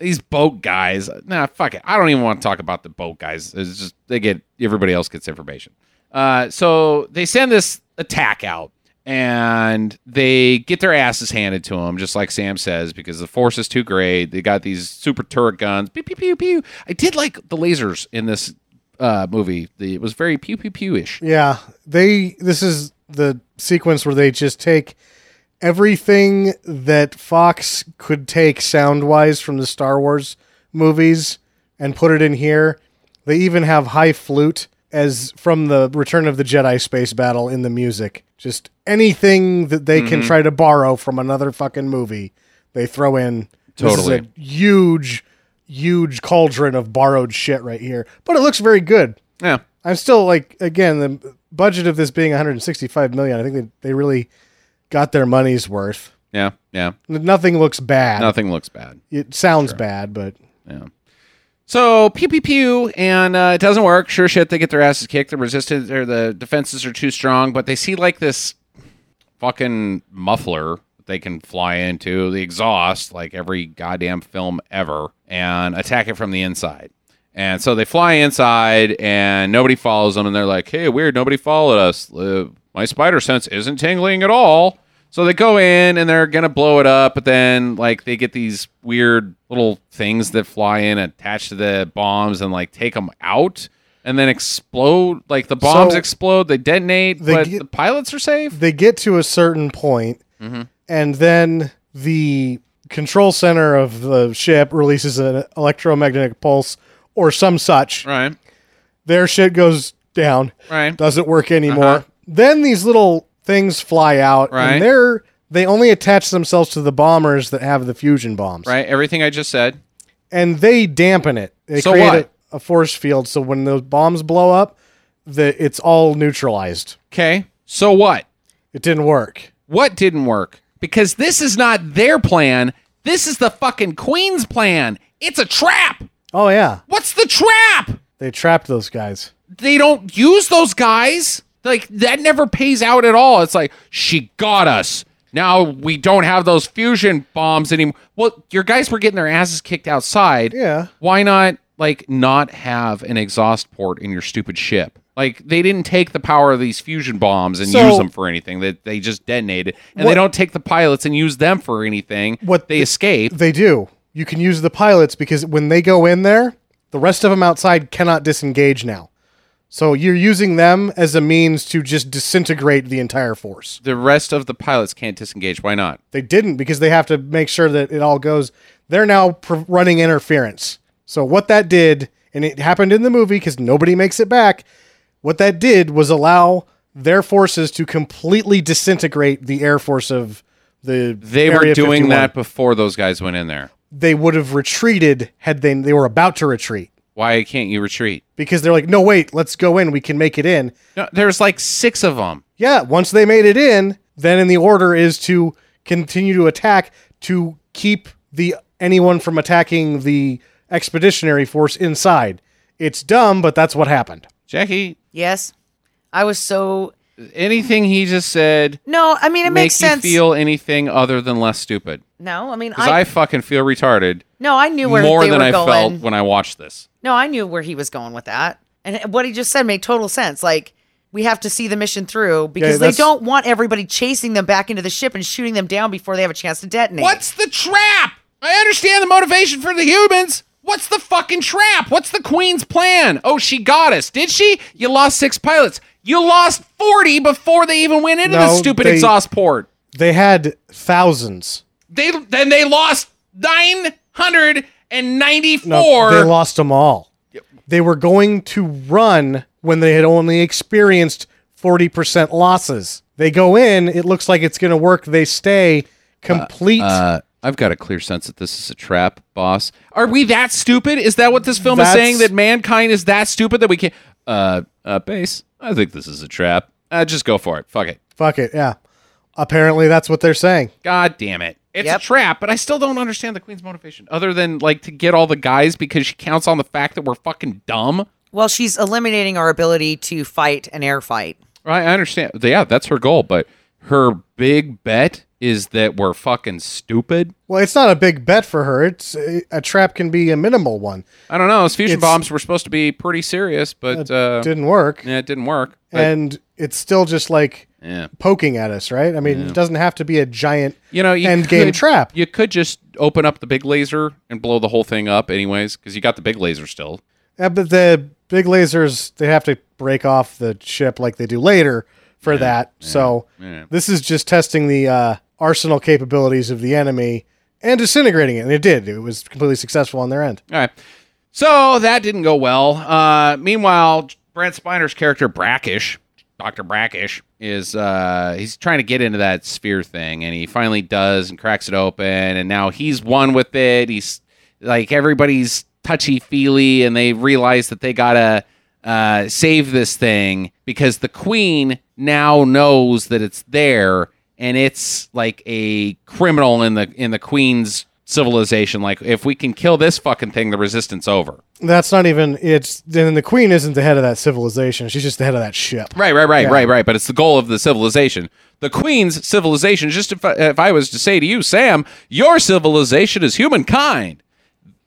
these boat guys. Nah, fuck it. I don't even want to talk about the boat guys. It's just they get everybody else gets information. Uh, so they send this attack out, and they get their asses handed to them, just like Sam says, because the force is too great. They got these super turret guns. Pew pew pew pew. I did like the lasers in this uh, movie. The, it was very pew pew pew ish. yeah. They this is the sequence where they just take everything that Fox could take sound-wise from the Star Wars movies and put it in here. They even have high flute as from the Return of the Jedi space battle in the music. Just anything that they can try to borrow from another fucking movie, they throw in. This is Totally. a huge, huge cauldron of borrowed shit right here. But it looks very good. Yeah. I'm still like again the budget of this being 165 million. I think they, they really got their money's worth. Yeah. Yeah. Nothing looks bad. Nothing looks bad. It sounds bad, but So pew pew pew, and uh, it doesn't work. Sure shit, they get their asses kicked. The resistance or the defenses are too strong, but they see like this fucking muffler they can fly into the exhaust, like every goddamn film ever, and attack it from the inside. And so they fly inside, and nobody follows them. And they're like, "Hey, weird, nobody followed us. Uh, my spider sense isn't tingling at all." So they go in and they're gonna blow it up, but then like they get these weird little things that fly in attached to the bombs and like take them out, and then explode. Like the bombs So- explode, they detonate, They but get- the pilots are safe. they get to a certain point, Mm-hmm. and then the control center of the ship releases an electromagnetic pulse or some such. Right. Their shit goes down. Right. doesn't work anymore. Uh-huh. Then these little things fly out, Right. and they're they only attach themselves to the bombers that have the fusion bombs, Right. Everything I just said. and they dampen it. They So create what? A, a force field, so when those bombs blow up, the it's all neutralized. Okay. So what? It didn't work. What didn't work? Because this is not their plan. This is the fucking Queen's plan. It's a trap. Oh yeah, What's the trap? they trapped those guys. They don't use those guys. Like that never pays out at all. It's like she got us. Now we don't have those fusion bombs anymore. Well, your guys were getting their asses kicked outside. Yeah. Why not like not have an exhaust port in your stupid ship? Like they didn't take the power of these fusion bombs and So- use them for anything. That they, just detonated, and What- they don't take the pilots and use them for anything. What they the- escape. They do. You can use the pilots because when they go in there, the rest of them outside cannot disengage now. So you're using them as a means to just disintegrate the entire force. The rest of the pilots can't disengage. Why not? They didn't because they have to make sure that it all goes. They're now pr- running interference. So what that did, and it happened in the movie because nobody makes it back. What that did was allow their forces to completely disintegrate the air force of the. They were Area doing 51. that before those guys went in there. They would have retreated had they they were about to retreat Why can't you retreat? because they're like, no wait, let's go in. We can make it in. No, there's like six of them. Yeah, once they made it in, then in the order is to continue to attack to keep the anyone from attacking the expeditionary force inside. It's dumb, but that's what happened. Jackie, Yes, I was so. anything he just said No, I mean it make makes sense. you feel anything other than less stupid. no, I mean Because I, I, fucking feel retarded no, I knew where more they than were I going. felt when I watched this. No, I knew where he was going with that. And what he just said made total sense. Like, we have to see the mission through Yeah, because they that's- don't want everybody chasing them back into the ship and shooting them down before they have a chance to detonate. What's the trap? I understand the motivation for the humans. What's the fucking trap? What's the queen's plan? Oh, she got us. Did she? You lost six pilots. You lost 40 before they even went into the No, stupid they- exhaust port. They had thousands. They then they lost 994. No, they lost them all. They were going to run when they had only experienced 40% losses. They go in, it looks like it's going to work. They stay complete. Uh, I've got a clear sense that this is a trap, boss. Are we that stupid? Is that what this film is That's- saying? That mankind is that stupid that we can't? Uh, uh, base. I think this is a trap. Uh, just go for it. Fuck it. Fuck it. Yeah. Apparently, that's what they're saying. God damn it. It's Yep. a trap, but I still don't understand the queen's motivation other than like to get all the guys because she counts on the fact that we're fucking dumb. Well, she's eliminating our ability to fight an air fight. Right? I understand. Yeah, that's her goal, but her big bet is that we're fucking stupid. Well, it's not a big bet for her. It's a, a trap can be a minimal one. I don't know. Those fusion It's- bombs were supposed to be pretty serious, but uh, Didn't work. yeah, it didn't work. But, and it's still just like yeah. poking at us, right? I mean, it doesn't have to be a giant You know, you end game could- trap. You could just open up the big laser and blow the whole thing up, anyways, because you got the big laser still. Yeah, but the big lasers, they have to break off the ship like they do later for that. So yeah. this is just testing the uh, arsenal capabilities of the enemy and disintegrating it. And it did. It was completely successful on their end. All right. So that didn't go well. Uh, meanwhile, Brent Spiner's character Brackish, Doctor Brackish, is uh, he's trying to get into that sphere thing, and he finally does and cracks it open, and now he's one with it. He's like everybody's touchy feely, and they realize that they gotta uh, save this thing because the Queen now knows that it's there, and it's like a criminal in the in the Queen's civilization. Like if we can kill this fucking thing, the resistance over. That's not even, it's, then the queen isn't the head of that civilization. She's just the head of that ship. Right, right, right, right, right. But it's the goal of the civilization. The queen's civilization. Just if I, if I was to say to you, Sam, your civilization is humankind.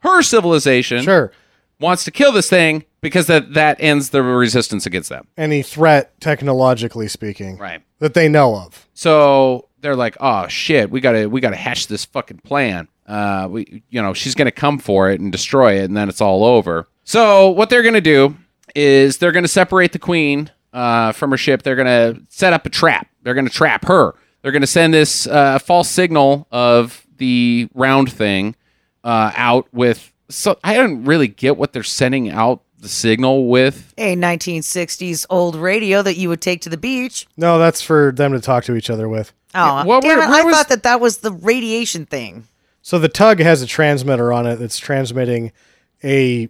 Her civilization Sure. wants to kill this thing because that that ends the resistance against them. Any threat, technologically speaking, Right. that they know of. So they're like, oh shit, we gotta we gotta hatch this fucking plan. Uh, we you know she's gonna come for it and destroy it, and then it's all over. So what they're gonna do is they're gonna separate the queen uh, from her ship. They're gonna set up a trap. They're gonna trap her. They're gonna send this uh, false signal of the round thing uh, out with. So I don't really get what they're sending out the signal with. A 1960s old radio that you would take to the beach. No, that's for them to talk to each other with. Oh, well, damn where- it, where I was- thought that that was the radiation thing. So the tug has a transmitter on it that's transmitting a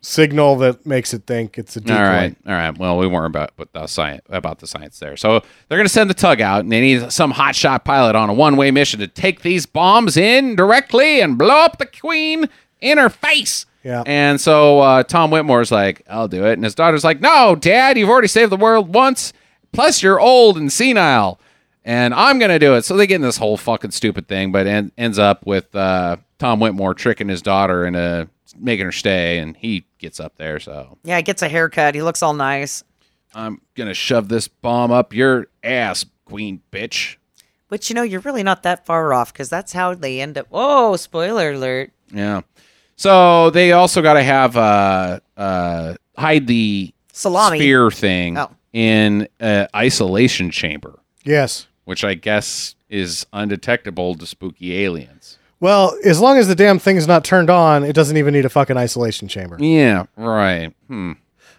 signal that makes it think it's a decoy. All right, all right. Well, we weren't about with the science about the science there. So they're going to send the tug out, and they need some hotshot pilot on a one-way mission to take these bombs in directly and blow up the queen in her face. Yeah. And so uh, Tom Whitmore's like, "I'll do it," and his daughter's like, "No, Dad, you've already saved the world once. Plus, you're old and senile, and I'm going to do it." So they get in this whole fucking stupid thing, but en- ends up with uh, Tom Whitmore tricking his daughter into making her stay, and he gets up there. So Yeah, he gets a haircut. He looks all nice, I'm gonna shove this bomb up your ass, queen bitch. but you know you're really not that far off because that's how they end up. Oh, spoiler alert! Yeah. So they also got to have uh uh hide the Salami. spear thing Oh. in an isolation chamber, Yes. which I guess is undetectable to spooky aliens. Well, as long as the damn thing's not turned on, it doesn't even need a fucking isolation chamber. Yeah. Right. Hmm.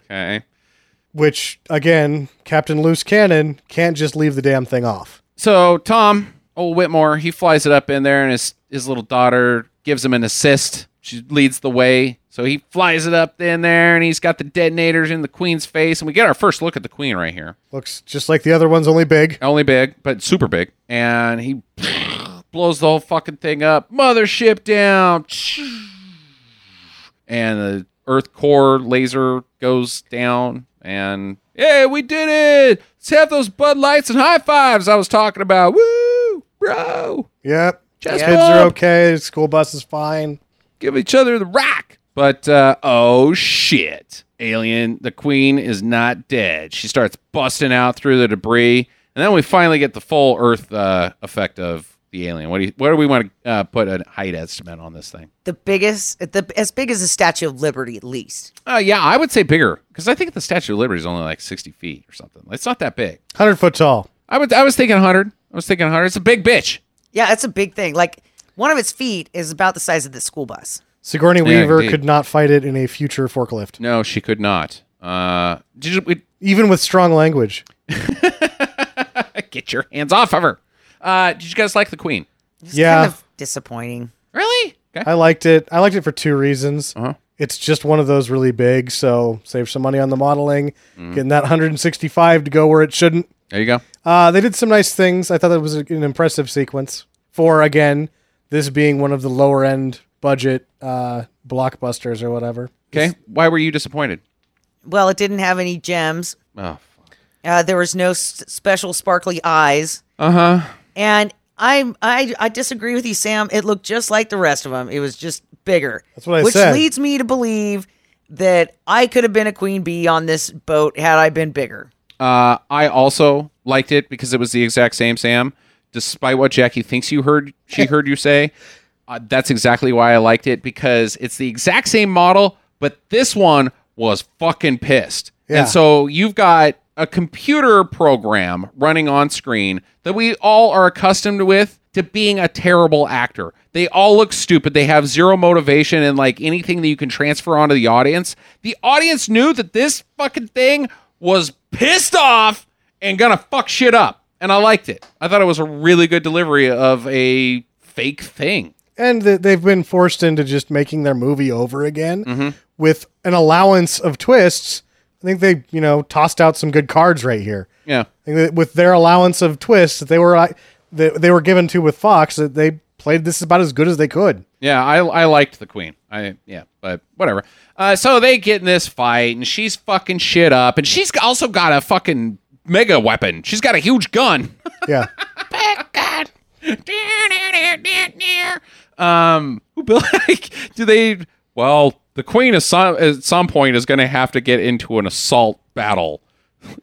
Okay. Which, again, Captain Loose Cannon can't just leave the damn thing off. So Tom, old Whitmore, he flies it up in there, and his his little daughter gives him an assist. She leads the way. So he flies it up in there, and he's got the detonators in the queen's face, and we get our first look at the queen right here. Looks just like the other one's, only big. Only big, but super big, and he blows the whole fucking thing up. Mothership down, and the Earth core laser goes down, and hey, we did it! Let's have those Bud Lights and high fives I was talking about. Woo, bro! Yep. Chest Kids are bump. okay. School bus is fine. give each other the rock. But uh, oh shit, alien! The queen is not dead. She starts busting out through the debris, and then we finally get the full Earth uh, effect of the alien? What do you, where do we want to uh, put a height estimate on this thing? The biggest, the as big as the Statue of Liberty, at least. Uh, yeah, I would say bigger because I think the Statue of Liberty is only like sixty feet or something. It's not that big. Hundred foot tall. I would I was thinking hundred. I was thinking hundred. It's a big bitch. Yeah, that's a big thing. Like one of its feet is about the size of the school bus. Sigourney Yeah, Weaver indeed. could not fight it in a future forklift, No, she could not. Uh, did you we- even with strong language. get your hands off of her? Uh, did you guys like the Queen? It's Yeah. kind of disappointing. Really? Okay. I liked it. I liked it for two reasons. Uh-huh. It's just one of those really big, so save some money on the modeling, Mm-hmm. getting that 165 to go where it shouldn't. There you go. Uh, they did some nice things. I thought that was an impressive sequence for again this being one of the lower end budget uh, blockbusters or whatever. Okay. Why were you disappointed? Well, it didn't have any gems. Oh, fuck. Uh, there was no s- special sparkly eyes, Uh huh. and I, I I disagree with you, Sam. It looked just like the rest of them. It was just bigger. That's what I which said. leads me to believe that I could have been a queen bee on this boat had I been bigger. Uh, I also liked it because it was the exact same Sam. Despite what Jackie thinks you heard, she heard you say. Uh, that's exactly why I liked it because it's the exact same model, but this one was fucking pissed. Yeah. And so you've got a computer program running on screen that we all are accustomed with to being a terrible actor. They all look stupid. They have zero motivation and like anything that you can transfer onto the audience. The audience knew that this fucking thing was pissed off and gonna fuck shit up. And I liked it. I thought it was a really good delivery of a fake thing. and th- they've been forced into just making their movie over again Mm-hmm. with an allowance of twists. I think they, you know, tossed out some good cards right here. Yeah. I think that with their allowance of twists that they were uh, they, they were given to with Fox, that they played this about as good as they could. Yeah, I, I liked the queen. I yeah, but whatever. Uh, so they get in this fight, and she's fucking shit up, and she's also got a fucking mega weapon. She's got a huge gun. Yeah, um, who built? Like, do they? Well, the queen is some, at some point is going to have to get into an assault battle.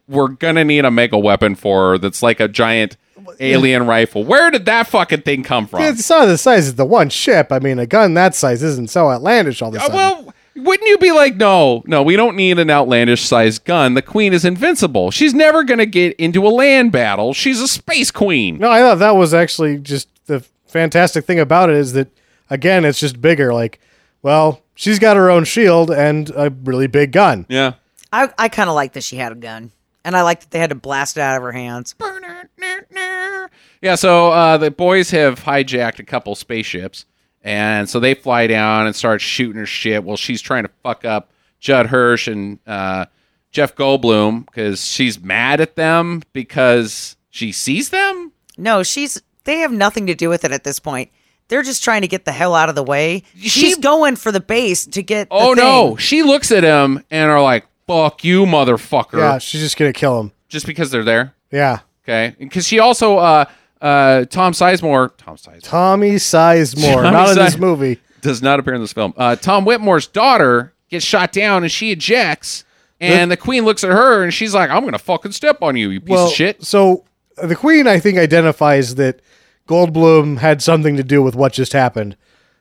We're gonna need a mega weapon for her that's like a giant alien rifle. Where did that fucking thing come from? it's not the size of the one ship. I mean, a gun that size isn't so outlandish all the Uh, time. well, wouldn't you be like, no, no, we don't need an outlandish sized gun. The queen is invincible. She's never going to get into a land battle. She's a space queen. no, I thought that was actually just the fantastic thing about it is that again, it's just bigger. Like, well, she's got her own shield and a really big gun. Yeah. I I kind of like that she had a gun, and I like that they had to blast it out of her hands. Yeah, so uh, the boys have hijacked a couple spaceships, and so they fly down and start shooting her shit while she's trying to fuck up Judd Hirsch and uh, Jeff Goldblum because she's mad at them because she sees them. No, she's they have nothing to do with it at this point. They're just trying to get the hell out of the way. she's going for the base to get. the Oh no! thing. She looks at him and are like, "Fuck you, motherfucker!" Yeah, she's just gonna kill him. Just because they're there, Yeah, okay? Because she also, uh, uh, Tom Sizemore, Tom Sizemore Tommy Sizemore, Tommy not in this Size- movie. does not appear in this film. Uh, Tom Whitmore's daughter gets shot down and she ejects, and the queen looks at her and she's like, "I'm gonna fucking step on you, you piece of shit." So uh, the Queen, I think, identifies that Goldblum had something to do with what just happened.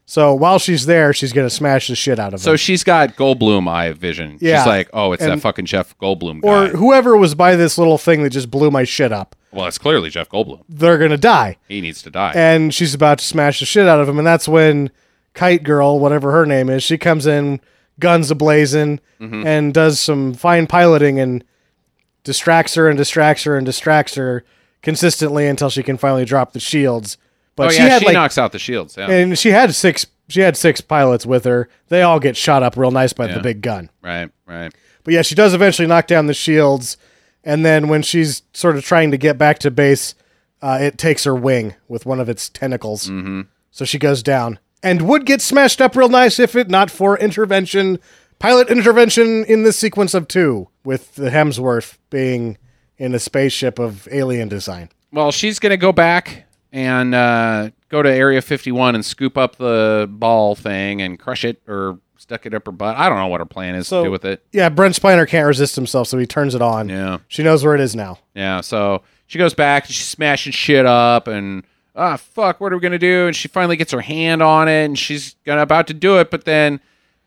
So while she's there, she's gonna smash the shit out of So him, she's got Goldblum eye vision. Yeah. She's like, "Oh, it's that And- fucking Jeff Goldblum guy." or whoever was by this little thing that just blew my shit up. well, it's clearly Jeff Goldblum. They're gonna die, He needs to die. and she's about to smash the shit out of him, and that's when Kite Girl, whatever her name is, she comes in, guns ablazing, Mm-hmm. and does some fine piloting and distracts her and distracts her and distracts her consistently until she can finally drop the shields. But oh she yeah, she, had like knocks out the shields. Yeah. and she had six she had six pilots with her they all get shot up real nice by Yeah. the big gun right. Right. but yeah she does eventually knock down the shields and then when she's sort of trying to get back to base uh, it takes her wing with one of its tentacles Mm-hmm. so she goes down and would get smashed up real nice if it not for intervention pilot intervention in this sequence of two with the hemsworth being in a spaceship of alien design Well, she's going to go back and uh, go to Area 51 and scoop up the ball thing and crush it or stuck it up her butt. I don't know what her plan is So- to do with it. yeah brent spiner can't resist himself so he turns it on Yeah. she knows where it is now Yeah. So she goes back and she's smashing shit up and ah, fuck, what are we going to do? And she finally gets her hand on it and she's gonna, about to do it. But then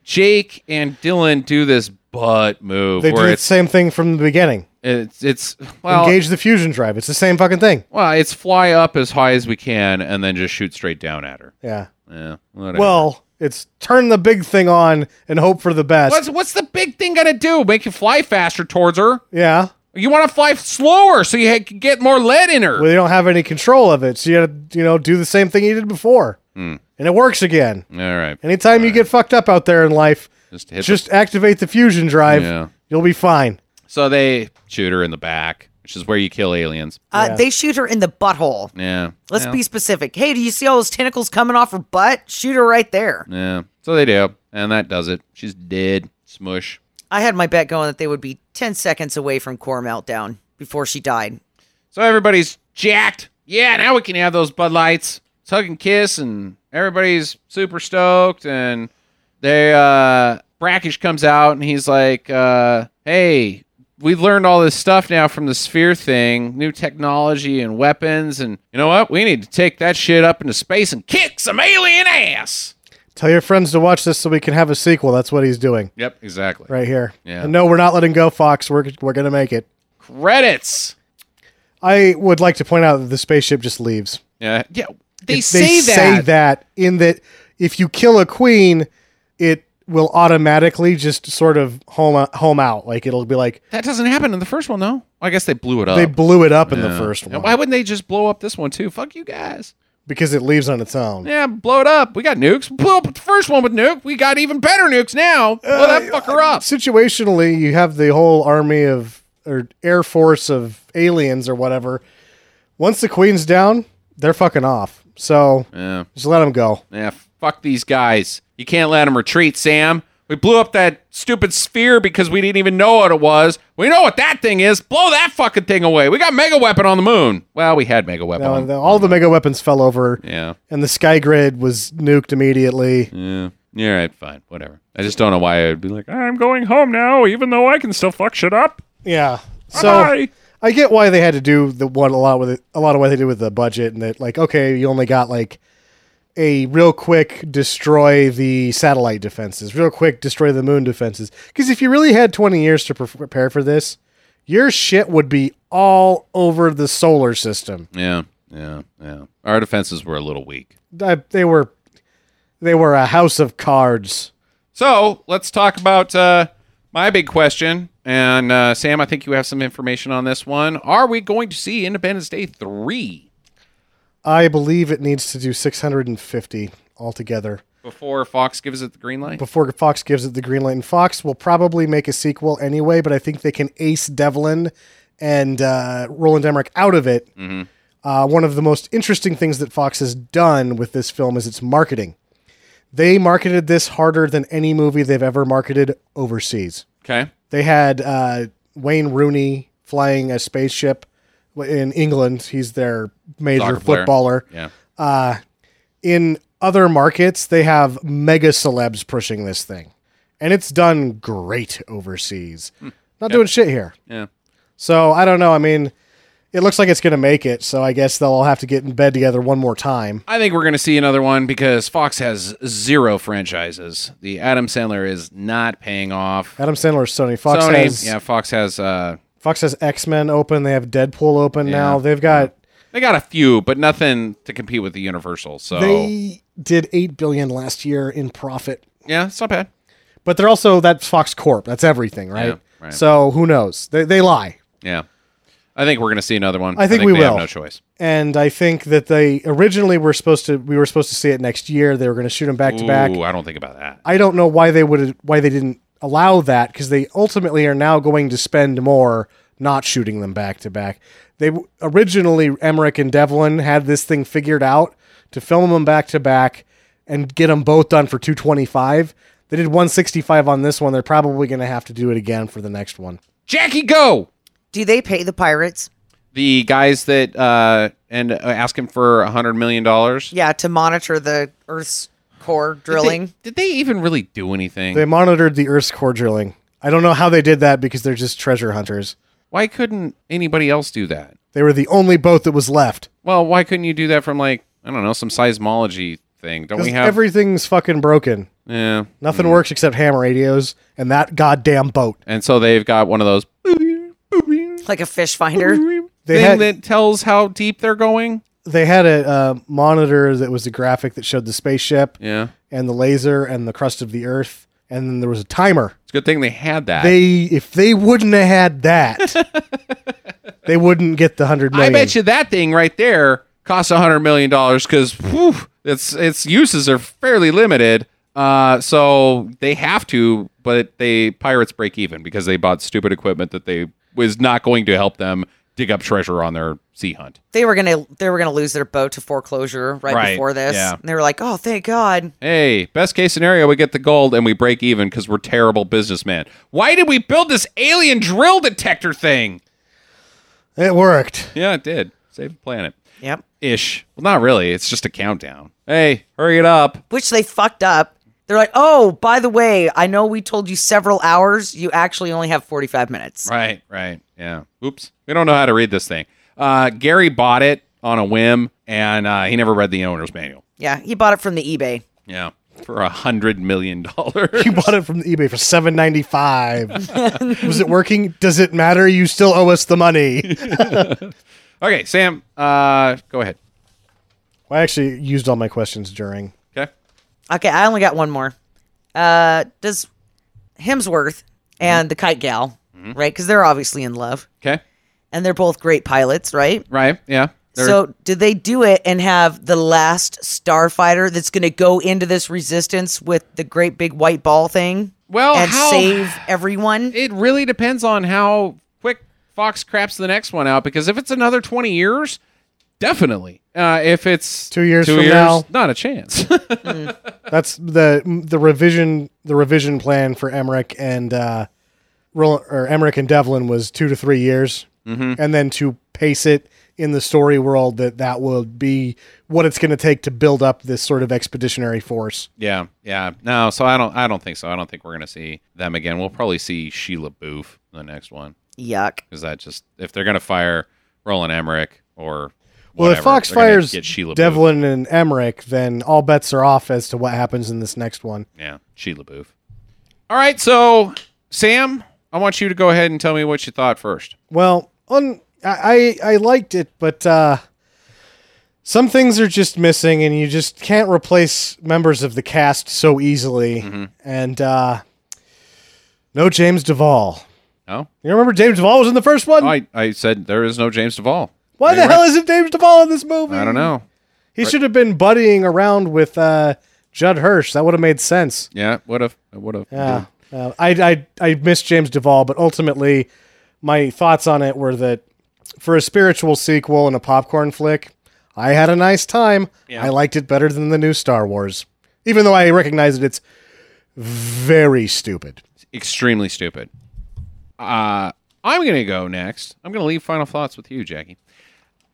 Jake and Dylan do this butt move They do where the it's, same thing from the beginning. it's, it's, well, Engage the fusion drive. It's the same fucking thing. well, it's fly up as high as we can and then just shoot straight down at her. Yeah. Yeah. whatever. Well, it's turn the big thing on and hope for the best. what's, what's the big thing going to do? Make you fly faster towards her? Yeah. You want to fly slower so you ha- can get more lead in her. Well, you don't have any control of it, so you got to, you know, do the same thing you did before, and it works again. Hmm. All right. Anytime you get fucked up out there in life, Just just, hit activate the fusion drive. Yeah. You'll be fine. So they shoot her in the back, which is where you kill aliens. Uh, They shoot her in the butthole. Yeah. Let's yeah. be specific. Hey, do you see all those tentacles coming off her butt? Shoot her right there. Yeah. So they do. And that does it. She's dead. Smush. I had my bet going that they would be 10 seconds away from core meltdown before she died. So everybody's jacked. Yeah, now we can have those Bud Lights. Let's hug and kiss, and everybody's super stoked. And they, uh, Brackish comes out and he's like, uh, hey, we've learned all this stuff now from the sphere thing, new technology and weapons. And you know what? We need to take that shit up into space and kick some alien ass. Tell your friends to watch this so we can have a sequel. That's what he's doing Yep, exactly. right here. Yeah. And no, we're not letting go, Fox. We're we're gonna make it. Credits. I would like to point out that the spaceship just leaves. Yeah. Yeah. They, If say, that. say that in that if you kill a queen, it will automatically just sort of home home out. Like it'll be like That doesn't happen in the first one, though. I guess they blew it up. they blew it up in the Yeah. first And one Why wouldn't they just blow up this one too? Fuck you guys. because it leaves on its own. Yeah, blow it up. We got nukes. Blow up the first one with nuke. We got even better nukes now. Blow that fucker up. Situationally, you have the whole army of or air force of aliens or whatever. Once the queen's down, they're fucking off. So Yeah, just let them go. yeah. Fuck these guys. You can't let them retreat, Sam. We blew up that stupid sphere because we didn't even know what it was. We know what that thing is. Blow that fucking thing away. We got mega weapon on the moon. Well, we had mega weapon. Now, on- the- all the mega weapons fell over, yeah. and the sky grid was nuked immediately. Yeah. Yeah, all right, fine, whatever. I just don't know why I'd be like, I'm going home now, even though I can still fuck shit up. Yeah. So Bye. I get why they had to do the one a lot with it, a lot of what they did with the budget and that like okay you only got like a real quick destroy the satellite defenses, real quick destroy the moon defenses. Because if you really had twenty years to pre- prepare for this, your shit would be all over the solar system. Yeah, yeah, yeah. Our defenses were a little weak. I, they were they were a house of cards. So let's talk about uh, my big question. And uh, Sam, I think you have some information on this one. Are we going to see Independence Day 3 I believe it needs to do six hundred and fifty altogether. before Fox gives it the green light? before Fox gives it the green light. And Fox will probably make a sequel anyway, but I think they can ace Devlin and uh, Roland Emmerich out of it. Mm-hmm. Uh, one of the most interesting things that Fox has done with this film is its marketing. They marketed this harder than any movie they've ever marketed overseas. Okay. They had uh, Wayne Rooney flying a spaceship in England. He's their major Soccer player. footballer Yeah. in other markets they have mega celebs pushing this thing and it's done great overseas not doing shit here Yeah. so i don't know i mean it looks like it's going to make it so i guess they'll all have to get in bed together one more time I think we're going to see another one because Fox has zero franchises. The Adam Sandler is not paying off. adam sandler sony fox Sony, has yeah, Fox has. Uh, fox has x-men open they have deadpool open now they've got they got a few, but nothing to compete with the Universal. So they did 8 billion last year in profit yeah, it's not bad. but they're also that's fox corp that's everything right, Yeah, right. so who knows they, they lie Yeah, I think we're going to see another one. I think we they Have will. no choice. and I think that they originally were supposed to we were supposed to see it next year. They were going to shoot them back to back. Ooh, I don't think about that. I don't know why they would why they didn't allow that because they ultimately are now going to spend more not shooting them back to back. They w- originally Emmerich and Devlin had this thing figured out to film them back to back and get them both done for 225. They did 165 on this one. They're probably going to have to do it again for the next one. Jackie, go. Do they pay the pirates? The guys that uh and uh, ask him for a hundred million dollars. Yeah, to monitor the Earth's core drilling. Did they even really do anything? They monitored the Earth's core drilling. I don't know how they did that because they're just treasure hunters. Why couldn't anybody else do that? They were the only boat that was left. Well, why couldn't you do that from like I don't know some seismology thing? Don't 'Cause we have? Mm. everything's fucking broken. yeah. Nothing works except ham radios and that goddamn boat. And so they've got one of those like a fish finder. They thing had- that tells how deep they're going. They had a uh, monitor that was a graphic that showed the spaceship Yeah. and the laser and the crust of the Earth, and then there was a timer. It's a good thing they had that. They if they wouldn't have had that, they wouldn't get the hundred I million. bet you that thing right there costs a hundred million dollars because its its uses are fairly limited. Uh, so they have to, but they pirates break even because they bought stupid equipment that they was not going to help them dig up treasure on their sea hunt. They were gonna they were gonna lose their boat to foreclosure right, Right, before this. yeah. And they were like, Oh, thank God. Hey, best case scenario, we get the gold and we break even because we're terrible businessmen. Why did we build this alien drill detector thing? It worked. Yeah, it did save the planet. Yep. Ish. Well, not really. It's just a countdown. Hey, hurry it up. Which they fucked up. They're like, Oh, by the way, I know we told you several hours, you actually only have forty five minutes. Right, right. Yeah. Oops. We don't know how to read this thing. Uh, Gary bought it on a whim, and uh, he never read the owner's manual. Yeah. He bought it from the eBay. Yeah. For a hundred million dollars. You bought it from eBay for seven ninety five. was it working? Does it matter? You still owe us the money. okay, Sam. Uh, go ahead. I actually used all my questions during. Okay. Okay, I only got one more. Uh does Hemsworth and the kite gal, Mm-hmm. right? Because they're obviously in love. Okay. And they're both great pilots, right? Right. Yeah. They're- So, did they do it and have the last starfighter that's going to go into this resistance with the great big white ball thing? Well, and how- save everyone. it really depends on how quick Fox craps the next one out. Because if it's another twenty years, definitely. Uh, if it's Two years from now. not a chance. That's the the revision the revision plan for Emmerich and uh, Roland, or Emmerich and Devlin was two to three years, Mm-hmm. and then to pace it in the story world that that will be what it's going to take to build up this sort of expeditionary force. Yeah, yeah. No, so I don't. I don't think so. I don't think we're gonna see them again. We'll probably see Sheila Booth in the next one Yuck. because that just if they're gonna fire Roland Emmerich or Well, whatever, if Fox they're gonna fires get Sheila Booth. Devlin and Emmerich, then all bets are off as to what happens in this next one. Yeah, Sheila Booth. All right, so Sam, I want you to go ahead and tell me what you thought first. Well, on I I I liked it, but uh, some things are just missing, and you just can't replace members of the cast so easily. Mm-hmm. And uh, no James Duvall. No, You remember James Duvall was in the first one? I I said there is no James Duvall. Why the You're hell right. isn't James Duvall in this movie? I don't know. He should have been buddying around with uh, Judd Hirsch. That would have made sense. Yeah, would have. Would have. Yeah. Uh, I, I, I miss James Duvall, but ultimately, my thoughts on it were that for a spiritual sequel and a popcorn flick, I had a nice time. I liked it better than the new Star Wars, even though I recognize that it's very stupid. Extremely stupid. Uh, I'm gonna go next. I'm gonna leave final thoughts with you, Jackie.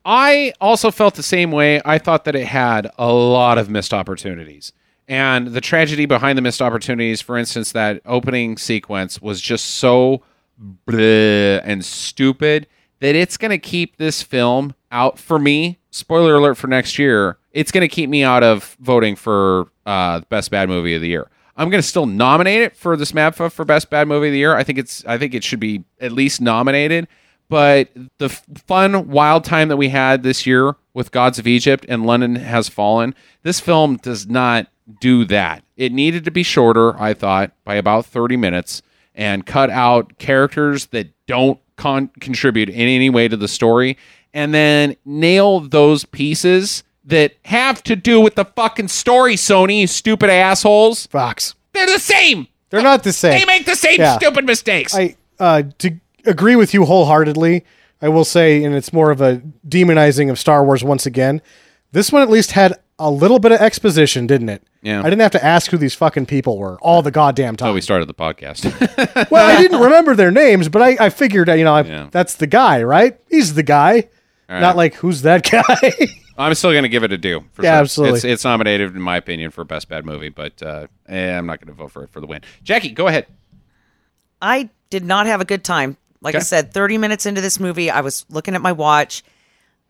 I also felt the same way. I thought that it had a lot of missed opportunities. And the tragedy behind the missed opportunities, for instance, that opening sequence was just so bleh and stupid that it's going to keep this film out for me. Spoiler alert for next year. It's going to keep me out of voting for uh, the best bad movie of the year. I'm going to still nominate it for the SMAPFA for best bad movie of the year. I think it's I think it should be at least nominated but the f- fun wild time that we had this year with gods of egypt and london has fallen this film does not do that it needed to be shorter i thought by about 30 minutes and cut out characters that don't con- contribute in any way to the story and then nail those pieces that have to do with the fucking story sony you stupid assholes Fox. they're the same They're not the same. they make the same Yeah. stupid mistakes I uh, to agree with you wholeheartedly. I will say, and it's more of a demonizing of Star Wars once again. This one at least had a little bit of exposition, didn't it? Yeah. I didn't have to ask who these fucking people were all the goddamn oh time. we started the podcast well, I didn't remember their names, but I, I figured, uh, you know, I, Yeah. that's the guy, right? He's the guy. Not like who's that guy? I'm still going to give it a do. For Yeah, sure. absolutely. It's, it's nominated, in my opinion, for best bad movie, but uh, eh, I'm not going to vote for it for the win. Jackie, go ahead. I did not have a good time. Like I Okay. said, 30 minutes into this movie, I was looking at my watch.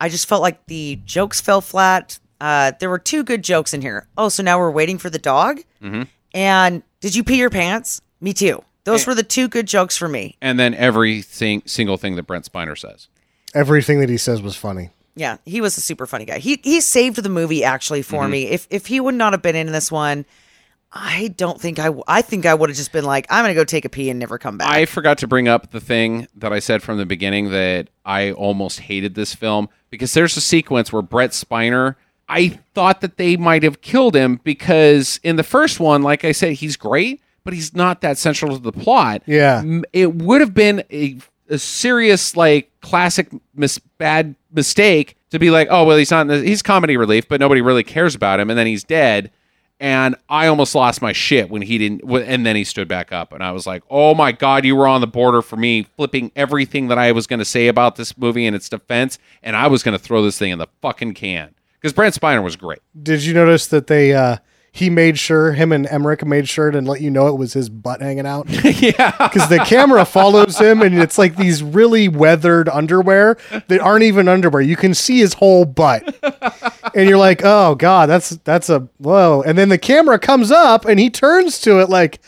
I just felt like the jokes fell flat. Uh, there were two good jokes in here. Oh, so now we're waiting for the dog? Mm-hmm. And did you pee your pants? Me too. Those were the two good jokes for me. and then every thing, single thing that Brent Spiner says. Everything that he says was funny. Yeah, he was a super funny guy. He he saved the movie actually for Mm-hmm. me. If if he would not have been in this one, I don't think I w- I think I would have just been like, I'm gonna go take a pee and never come back. I forgot to bring up the thing that I said from the beginning that I almost hated this film because there's a sequence where Brett Spiner, I thought that they might have killed him because in the first one, like I said, he's great, but he's not that central to the plot. Yeah. M- It would have been a, a serious, like, classic mis- bad mistake to be like, oh, well, he's not, in this. he's comedy relief, but nobody really cares about him. And then he's dead and I almost lost my shit when he didn't. wh- And then he stood back up, and I was like, "Oh my god, you were on the border for me, flipping everything that I was going to say about this movie and its defense, and I was going to throw this thing in the fucking can." Because Brent Spiner was great. Did you notice that they uh he made sure him and Emmerich made sure to let you know it was his butt hanging out? yeah, Because the camera follows him and it's like these really weathered underwear that aren't even underwear. You can see his whole butt. And you're like, oh God, that's that's a whoa. And then the camera comes up and he turns to it like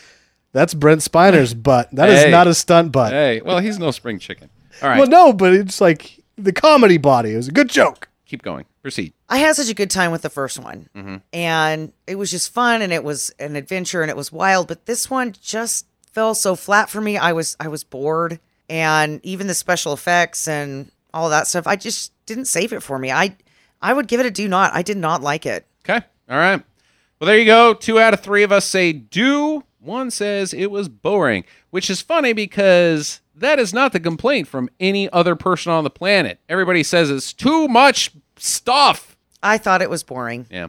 that's Brent Spiner's butt. That is Hey. not a stunt butt. hey, well, he's no spring chicken. All right, Well, no, but it's like the comedy body. It was a good joke. keep going. Proceed. I had such a good time with the first one, and it was just fun, and it was an adventure, and it was wild. But this one just fell so flat for me. I was I was bored, and even the special effects and all that stuff, I just didn't save it for me. I I would give it a do not. I did not like it. Okay, all right. Well, there you go. Two out of three of us say do. One says it was boring, which is funny because that is not the complaint from any other person on the planet. Everybody says it's too much stuff. I thought it was boring. Yeah.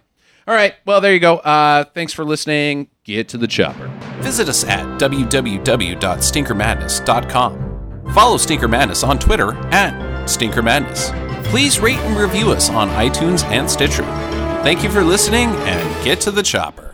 All right. Well, there you go. Uh, thanks for listening. Get to the chopper. Visit us at www.stinkermadness.com. Follow Stinker Madness on Twitter at Stinker Madness. Please rate and review us on iTunes and Stitcher. Thank you for listening and get to the chopper.